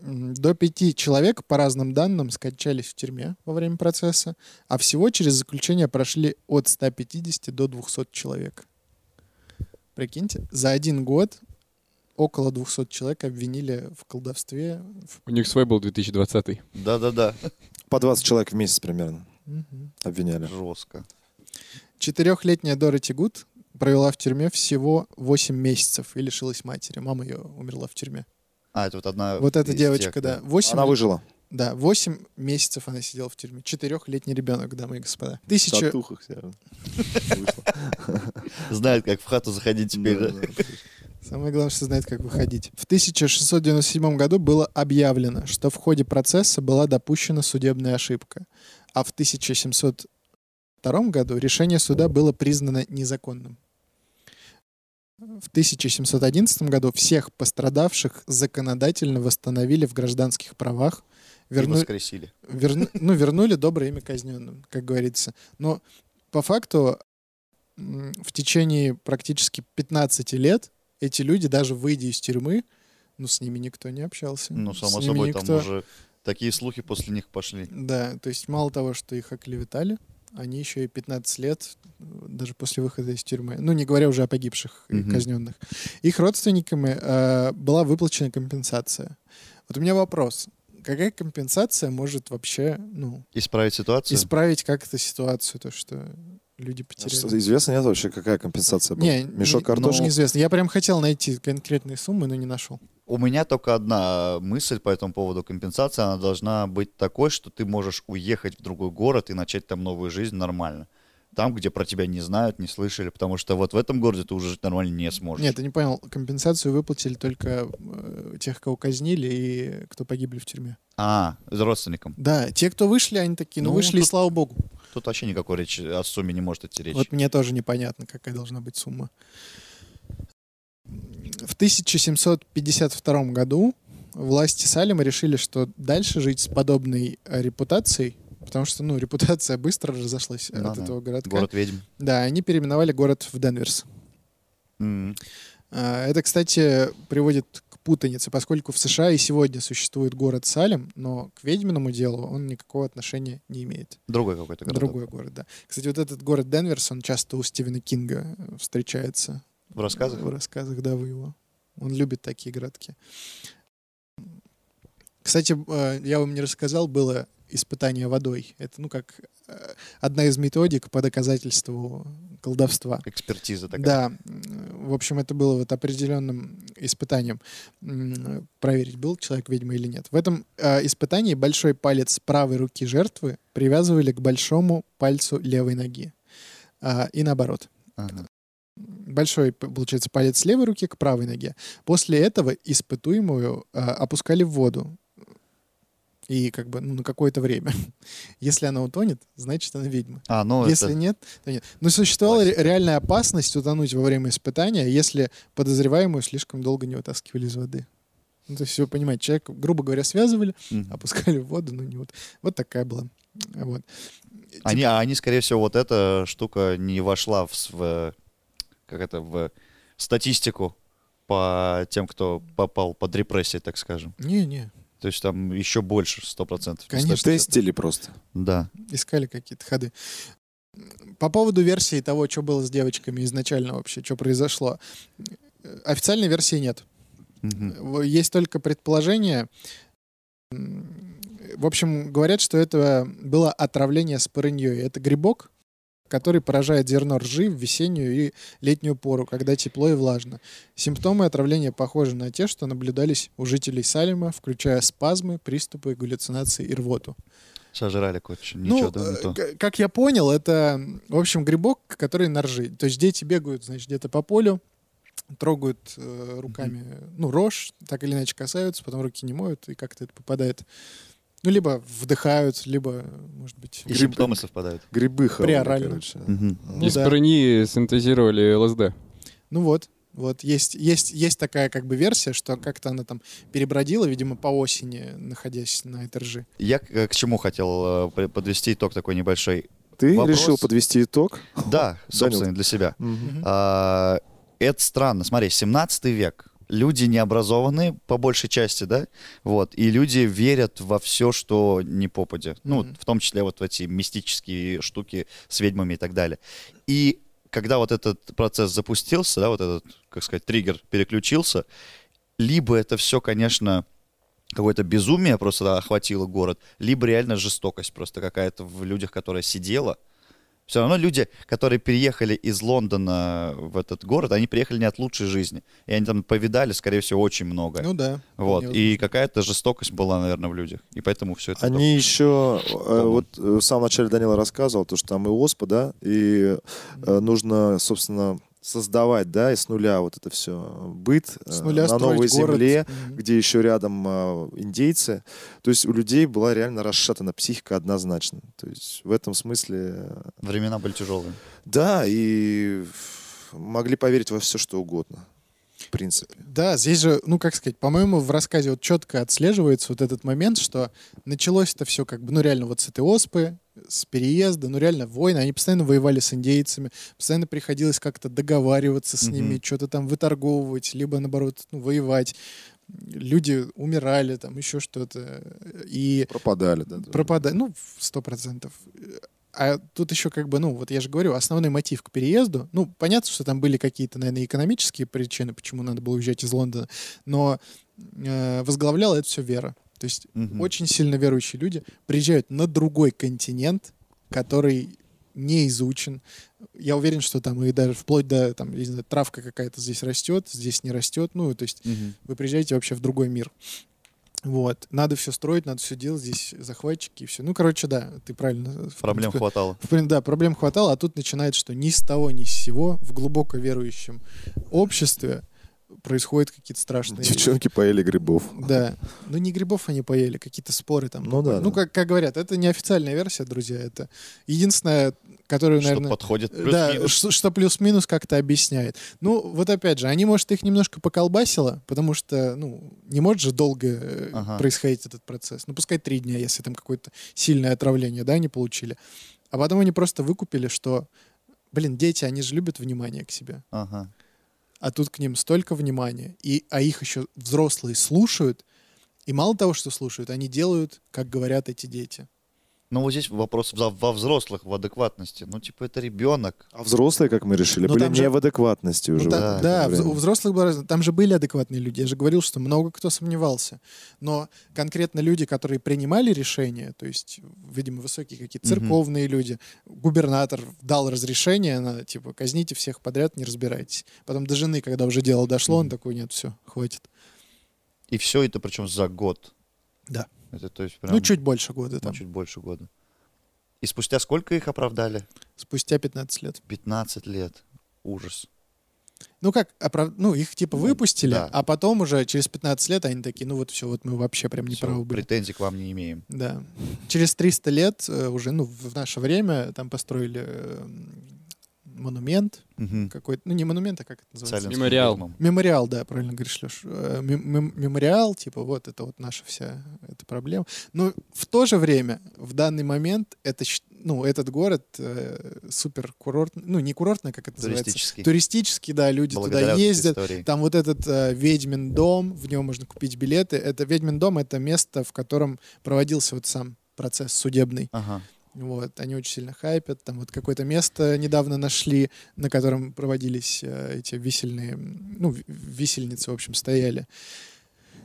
Speaker 1: М, До пяти человек, по разным данным, скончались в тюрьме во время процесса, а всего через заключение прошли от 150 до 200 человек. Прикиньте, за один год около 200 человек обвинили в колдовстве. в-
Speaker 3: У них свой был 2020.
Speaker 2: Да-да-да.
Speaker 4: По 20 человек в месяц примерно
Speaker 1: Мгм.
Speaker 4: обвиняли.
Speaker 2: Жестко.
Speaker 1: Четырехлетняя Дороти Гуд провела в тюрьме всего 8 месяцев и лишилась матери. Мама ее умерла в тюрьме.
Speaker 2: А, это вот одна...
Speaker 1: Вот эта
Speaker 2: из
Speaker 1: девочка,
Speaker 2: тех,
Speaker 1: да. 8,
Speaker 4: Она выжила.
Speaker 1: да, 8 месяцев она сидела в тюрьме. Четырехлетний ребенок, дамы и господа. Тысяча...
Speaker 4: татухах вся вышла.
Speaker 2: Знает, как в хату заходить теперь. да?
Speaker 4: Да, да.
Speaker 1: Самое главное, что знает, как выходить. В 1697 году было объявлено, что в ходе процесса была допущена судебная ошибка. А в 1702 году решение суда было признано незаконным. В 1711 году всех пострадавших законодательно восстановили в гражданских правах,
Speaker 2: И
Speaker 1: верну...
Speaker 2: воскресили.
Speaker 1: верну- ну, вернули доброе имя казненным, как говорится. Но по факту м, в течение практически 15 лет эти люди, даже выйдя из тюрьмы, ну, с ними никто не общался.
Speaker 2: Ну,
Speaker 1: С
Speaker 2: само
Speaker 1: ними
Speaker 2: собой, там
Speaker 1: никто-
Speaker 2: уже такие слухи после них пошли.
Speaker 1: Да, то есть мало того, что их оклеветали, они еще и 15 лет э, даже после выхода из тюрьмы, ну, не говоря уже о погибших и
Speaker 2: Мгм.
Speaker 1: казненных, их родственниками э, была выплачена компенсация. Вот у меня вопрос. Какая компенсация может вообще, ну,
Speaker 2: Исправить ситуацию?
Speaker 1: исправить как-то ситуацию, то, что люди
Speaker 4: А
Speaker 1: потеряли.
Speaker 4: что, Известно нет вообще, какая компенсация была?
Speaker 1: Не, не-
Speaker 4: Мешок
Speaker 1: ну,
Speaker 4: картошки?
Speaker 1: Неизвестно. Я прям хотел найти конкретные суммы, но не нашел.
Speaker 2: У меня только одна мысль по этому поводу компенсации. Она должна быть такой, что ты можешь уехать в другой город и начать там новую жизнь нормально. Там, где про тебя не знают, не слышали, потому что вот в этом городе ты уже жить нормально не сможешь.
Speaker 1: Нет, ты не понял. Компенсацию выплатили только э, тех, кого казнили и кто погибли в тюрьме.
Speaker 2: А, с родственником.
Speaker 1: Да, те, кто вышли, они такие, ну,
Speaker 2: Ну,
Speaker 1: вышли, и
Speaker 2: тут-
Speaker 1: слава богу.
Speaker 2: Тут вообще никакой речи о сумме не может идти речь.
Speaker 1: Вот мне тоже непонятно, какая должна быть сумма. В 1752 году власти Салема решили, что дальше жить с подобной э, репутацией, потому что, ну, репутация быстро разошлась э, от
Speaker 2: Да-да.
Speaker 1: этого городка.
Speaker 2: Город ведьм.
Speaker 1: Да, они переименовали город в Денверс.
Speaker 2: М.
Speaker 1: А, Это, кстати, приводит к путанице, поскольку в США и сегодня существует город Салем, но к ведьминому делу он никакого отношения не имеет.
Speaker 2: Другой какой-то город.
Speaker 1: Другой город, да. Кстати, вот этот город Денверс, он часто у Стивена Кинга э, встречается.
Speaker 2: В рассказах?
Speaker 1: В рассказах, да, вы его. Он любит такие городки. Кстати, э, я вам не рассказал, было испытание водой. Это, ну, как э, одна из методик по доказательству колдовства.
Speaker 2: Экспертиза такая.
Speaker 1: Да, м, в общем, это было вот определенным испытанием м, проверить, был человек ведьма или нет. В этом э, испытании большой палец правой руки жертвы привязывали к большому пальцу левой ноги. А, и наоборот.
Speaker 2: Ага.
Speaker 1: Большой, п- получается, палец левой руки к правой ноге. После этого испытуемую э, опускали в воду. И как бы ну, на какое-то время. Если она утонет, значит, она ведьма.
Speaker 2: А, ну
Speaker 1: Если
Speaker 2: это...
Speaker 1: нет, то нет. Но существовала ре-
Speaker 2: Классика.
Speaker 1: реальная опасность утонуть во время испытания, если подозреваемую слишком долго не вытаскивали из воды. Ну, то есть, вы понимаете, человека, грубо говоря, связывали,
Speaker 2: Мгм.
Speaker 1: опускали в воду, ну не вот. Вот такая была. Вот.
Speaker 2: Они, а они, скорее всего, вот эта штука не вошла в, с- в, как это, в статистику по тем, кто попал под репрессии, так скажем.
Speaker 1: Не-не,
Speaker 2: То есть там еще больше, 100%.
Speaker 1: Конечно.
Speaker 4: Тестили просто.
Speaker 2: Да.
Speaker 1: искали какие-то ходы. По поводу версии того, что было с девочками изначально вообще, что произошло. Э, Официальной версии нет.
Speaker 2: Мгм.
Speaker 1: В- Э, Есть только предположение. М, В общем, говорят, что это было отравление спорыньей. Это грибок, который поражает зерно ржи в весеннюю и летнюю пору, когда тепло и влажно. Симптомы отравления похожи на те, что наблюдались у жителей Салема, включая спазмы, приступы, галлюцинации и рвоту.
Speaker 2: Сожрали, короче, ничего,
Speaker 1: ну,
Speaker 2: да, не
Speaker 1: э,
Speaker 2: то.
Speaker 1: к- как я понял, это, в общем, грибок, который на ржи. То есть дети бегают, значит, где-то по полю, трогают э, руками, ну, рожь, так или иначе касаются, потом руки не моют, и как-то это попадает. Ну, либо вдыхают, либо, может быть...
Speaker 2: И симптомы совпадают.
Speaker 4: Грибы хоровые,
Speaker 1: Приорально.
Speaker 4: короче.
Speaker 2: Мгм.
Speaker 1: Ну,
Speaker 3: Из
Speaker 1: да.
Speaker 3: парни синтезировали ЛСД.
Speaker 1: Ну вот, вот есть, есть, есть такая как бы версия, что как-то она там перебродила, видимо, по осени, находясь на этой ржи.
Speaker 2: Я к к чему хотел э, при- подвести итог такой небольшой.
Speaker 4: Ты
Speaker 2: Вопрос.
Speaker 4: решил подвести итог?
Speaker 2: Да, собственно, для себя.
Speaker 4: Мгм.
Speaker 2: А, Это странно. Смотри, 17 век. Люди необразованные, по большей части, да? Вот. И люди верят во все, что не попадя. Ну,
Speaker 1: Мгм.
Speaker 2: в том числе вот в эти мистические штуки с ведьмами и так далее. И когда вот этот процесс запустился, да, вот этот, как сказать, триггер переключился, либо это все, конечно, какое-то безумие просто да, охватило город, либо реально жестокость просто какая-то в людях, которая сидела. Все равно люди, которые переехали из Лондона в этот город, они приехали не от лучшей жизни. И они там повидали, скорее всего, очень много.
Speaker 1: Ну да.
Speaker 2: вот.
Speaker 1: вполне
Speaker 2: И какая-то жестокость была, наверное, в людях. И поэтому все это...
Speaker 4: Они еще, э, вот э, в самом начале Данила рассказывал, то, что там и оспа, да, и э, нужно, собственно, создавать, да, и с нуля вот это все быт э,
Speaker 1: С нуля
Speaker 4: на
Speaker 1: строить
Speaker 4: новой
Speaker 1: город.
Speaker 4: земле,
Speaker 1: Мгм.
Speaker 4: где еще рядом э, индейцы. То есть у людей была реально расшатана психика однозначно. То есть в этом смысле, э,
Speaker 2: Времена были тяжелые.
Speaker 4: да, и ф- могли поверить во все, что угодно, в принципе.
Speaker 1: Да, здесь же, ну как сказать, по-моему, в рассказе вот четко отслеживается вот этот момент, что началось это все как бы, ну реально вот с этой оспы, с переезда, ну реально войны, они постоянно воевали с индейцами, постоянно приходилось как-то договариваться с ними,
Speaker 2: Мгм.
Speaker 1: что-то там выторговывать, либо наоборот, ну, воевать. Люди умирали, там еще что-то. И
Speaker 4: Пропадали, да.
Speaker 1: пропадает, ну, в сто процентов. А тут еще как бы, ну, вот я же говорю, основной мотив к переезду, ну, понятно, что там были какие-то, наверное, экономические причины, почему надо было уезжать из Лондона, но э, возглавляла это все вера. То есть
Speaker 2: Мгм.
Speaker 1: очень сильно верующие люди приезжают на другой континент, который не изучен. Я уверен, что там и даже вплоть до, там, я не знаю, травка какая-то здесь растет, здесь не растет, ну, то есть
Speaker 2: Мгм.
Speaker 1: вы приезжаете вообще в другой мир. Вот. Надо все строить, надо все делать, здесь захватчики и все. Ну, короче, да, ты правильно. э, в
Speaker 2: Проблем
Speaker 1: принципе-
Speaker 2: хватало.
Speaker 1: в принципе, да, проблем хватало, а тут начинает, что ни с того, ни с сего в глубоко верующем обществе происходят какие-то страшные...
Speaker 4: Девчонки поели грибов.
Speaker 1: Да. Ну, не грибов они поели, какие-то споры там.
Speaker 4: Ну да,
Speaker 1: Ну,
Speaker 4: да.
Speaker 1: как, как говорят, это неофициальная версия, друзья. Это единственная, которую,
Speaker 2: Что
Speaker 1: наверное...
Speaker 2: подходит
Speaker 1: да,
Speaker 2: плюс-минус.
Speaker 1: ш- что плюс-минус как-то объясняет. Ну, вот опять же, они, может, их немножко поколбасило, потому что, ну, не может же долго э,
Speaker 2: Ага.
Speaker 1: происходить этот процесс. Ну, пускай три дня, если там какое-то сильное отравление, да, они получили. А потом они просто выкупили, что, блин, дети, они же любят внимание к себе.
Speaker 2: Ага.
Speaker 1: А тут к ним столько внимания, и, а их еще взрослые слушают, и мало того, что слушают, они делают, как говорят эти дети.
Speaker 2: Ну вот здесь вопрос во- во взрослых, в адекватности. Ну типа это ребенок.
Speaker 4: А взрослые, как мы решили,
Speaker 1: Ну,
Speaker 4: были
Speaker 1: там же-
Speaker 4: не в адекватности уже.
Speaker 1: Ну,
Speaker 4: в
Speaker 1: та-
Speaker 4: это
Speaker 1: да,
Speaker 4: время.
Speaker 1: вз- у взрослых было разно- Там же были адекватные люди. Я же говорил, что много кто сомневался. Но конкретно люди, которые принимали решения, то есть, видимо, высокие какие-то
Speaker 2: Мгм.
Speaker 1: церковные люди, губернатор дал разрешение на, типа, казните всех подряд, не разбирайтесь. Потом до жены, когда уже дело дошло, он
Speaker 2: Мгм.
Speaker 1: такой, нет, все, хватит.
Speaker 2: И все это причем за год.
Speaker 1: Да.
Speaker 2: Это то есть прям
Speaker 1: Ну, чуть больше года
Speaker 2: ну,
Speaker 1: там,
Speaker 2: чуть больше года. И спустя сколько их оправдали?
Speaker 1: спустя 15 лет.
Speaker 2: 15 лет. Ужас.
Speaker 1: Ну как, оправ- ну их типа
Speaker 2: Ну,
Speaker 1: выпустили,
Speaker 2: да.
Speaker 1: а потом уже через 15 лет они такие, ну вот все, вот мы вообще прям не
Speaker 2: Всё,
Speaker 1: правы были.
Speaker 2: претензий к вам не имеем.
Speaker 1: Да. Через 300 лет э, уже, ну, в в наше время там построили э, м, монумент
Speaker 2: Мгм.
Speaker 1: какой-то, ну, не монумент, а как это называется?
Speaker 2: Сталинским
Speaker 3: Мемориал.
Speaker 2: фильмом.
Speaker 1: Мемориал, да, правильно говоришь, Леш. Э, мем- мем- Мемориал, типа, вот это вот наша вся эта проблема. Но в то же время, в данный момент, это, щ- ну, этот город э, супер курортный, ну, не курортный, как это называется?
Speaker 2: Туристический.
Speaker 1: Туристический, да, люди
Speaker 2: Благодаря
Speaker 1: туда
Speaker 2: вот этой
Speaker 1: ездят,
Speaker 2: истории.
Speaker 1: там вот этот э, ведьмин дом, в него можно купить билеты. Это ведьмин дом, это место, в котором проводился вот сам процесс судебный.
Speaker 2: Ага.
Speaker 1: Вот, они очень сильно хайпят. Там вот какое-то место недавно нашли, на котором проводились э, эти висельные, ну, в- висельницы, в общем, стояли.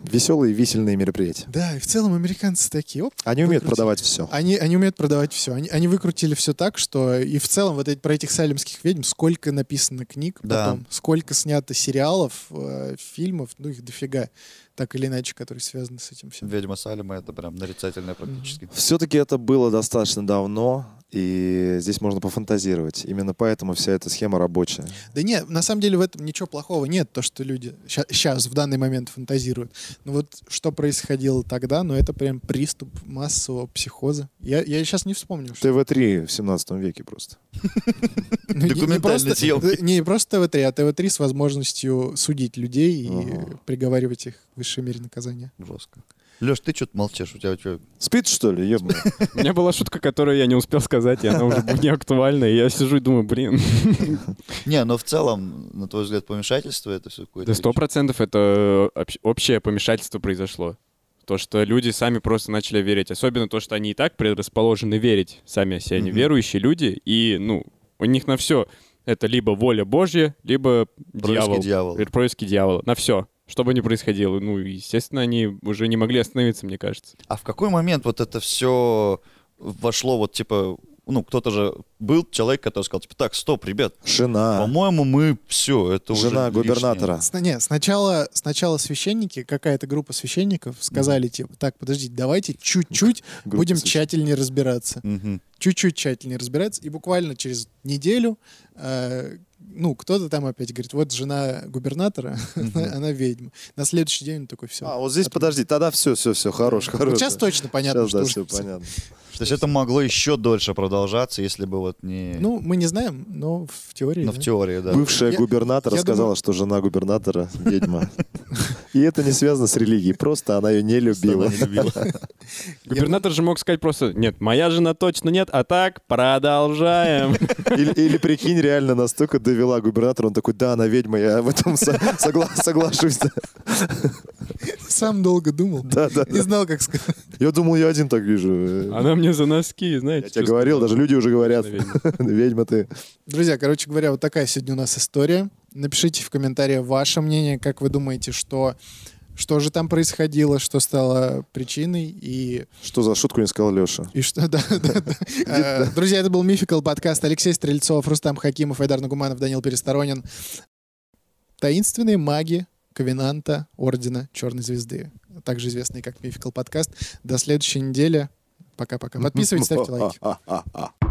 Speaker 4: Веселые висельные мероприятия.
Speaker 1: Да, и в целом американцы такие, оп,
Speaker 4: Они умеют
Speaker 1: Выкрутили.
Speaker 4: продавать все.
Speaker 1: они, они умеют продавать все. Они, они выкрутили все так, что и в целом вот эти, про этих салемских ведьм сколько написано книг,
Speaker 2: Да.
Speaker 1: потом сколько снято сериалов, э, фильмов, ну их дофига, так или иначе, которые связаны с этим всем.
Speaker 2: Ведьма Салема это прям нарицательное практически.
Speaker 4: Все-таки это было достаточно давно, и здесь можно пофантазировать. Именно поэтому вся эта схема рабочая.
Speaker 1: Да нет, на самом деле в этом ничего плохого нет, то, что люди сейчас, в данный момент фантазируют. Но вот что происходило тогда, ну это прям приступ массового психоза. Я, я сейчас не вспомню. что-
Speaker 4: ТВ-3 в 17 веке просто.
Speaker 1: Ну, не- не
Speaker 2: документальной
Speaker 1: просто- э,
Speaker 2: съемкой.
Speaker 1: Не просто ТВ-3, а ТВ-3 с возможностью судить людей и
Speaker 4: Ага.
Speaker 1: приговаривать их к высшей мере наказания.
Speaker 2: Жестко. Леш, ты что-то молчишь? У тебя чё,
Speaker 4: Спит, что ли? Ебаный.
Speaker 3: У меня была шутка, которую я не успел сказать, и она уже не актуальна. И я сижу и думаю, блин.
Speaker 2: Не, но в целом, на твой взгляд, помешательство это все какое-то.
Speaker 3: Да сто процентов это э, общ- общее помешательство произошло. То, что люди сами просто начали верить. Особенно то, что они и так предрасположены верить сами себе. Они
Speaker 2: Мгм.
Speaker 3: верующие люди, и, ну, у них на все это либо воля Божья, либо
Speaker 2: Происки
Speaker 3: дьявол.
Speaker 2: дьявол.
Speaker 3: Или Происки дьявола. На все. Что бы ни происходило. Ну, естественно, они уже не могли остановиться, мне кажется.
Speaker 2: А в какой момент вот это все вошло вот типа... Ну, кто-то же был человек, который сказал, типа, так, стоп, ребят,
Speaker 4: Жена.
Speaker 2: по-моему, мы все, это уже
Speaker 4: А. Жена
Speaker 2: лишнее».
Speaker 4: губернатора.
Speaker 1: Сна- не, сначала, сначала священники, какая-то группа священников сказали типа, так, подождите, давайте чуть-чуть
Speaker 4: Ну, Группа
Speaker 1: будем
Speaker 4: свящ-
Speaker 1: тщательнее разбираться.
Speaker 2: Мгм.
Speaker 1: чуть-чуть тщательнее разбираться, и буквально через неделю, э, ну, кто-то там опять говорит, вот жена губернатора, она, она ведьма. На следующий день он такой, все.
Speaker 4: А, вот здесь подожди, тогда все, все, все, хорош, хорош.
Speaker 1: сейчас точно Ну, понятно,
Speaker 4: Сейчас,
Speaker 1: что
Speaker 4: да,
Speaker 1: уж-
Speaker 4: все понятно.
Speaker 2: То есть это могло еще дольше продолжаться, если бы вот не...
Speaker 1: Ну, мы не знаем, но в теории.
Speaker 2: Ну, в
Speaker 1: да.
Speaker 2: теории, да.
Speaker 4: Бывшая
Speaker 1: Я-
Speaker 4: губернатора
Speaker 1: я
Speaker 4: сказала, что жена губернатора — ведьма. И это не связано с религией, просто она ее не любила.
Speaker 2: Она не любила.
Speaker 3: Губернатор же мог сказать просто, нет, моя жена точно нет, а так продолжаем.
Speaker 4: Или, или, прикинь, реально настолько довела губернатора, он такой, да, она ведьма, я в этом со- согла- соглашусь.
Speaker 1: Сам долго думал,
Speaker 4: Да, да.
Speaker 1: не знал, как сказать.
Speaker 4: Я думал, я один так вижу.
Speaker 3: Она мне за носки,
Speaker 4: Я
Speaker 3: знаете.
Speaker 4: тебе
Speaker 3: чувствую.
Speaker 4: говорил, даже люди уже говорят, ведьма ты.
Speaker 1: Друзья, короче говоря, вот такая сегодня у нас история. Напишите в комментариях ваше мнение, как вы думаете, что, что же там происходило, что стало причиной и
Speaker 4: Что за шутку не сказал Леша?
Speaker 1: И что, да, да, да. Э, Друзья, это был Мификал подкаст. Алексей Стрельцов, Рустам Хакимов, Айдар Нагуманов, Данил Пересторонин. Таинственные маги Ковенанта Ордена Черной Звезды, также
Speaker 4: а,
Speaker 1: известный как Мификал подкаст. До следующей недели. Пока-пока. Подписывайтесь, ставьте лайки.
Speaker 4: А-а-а.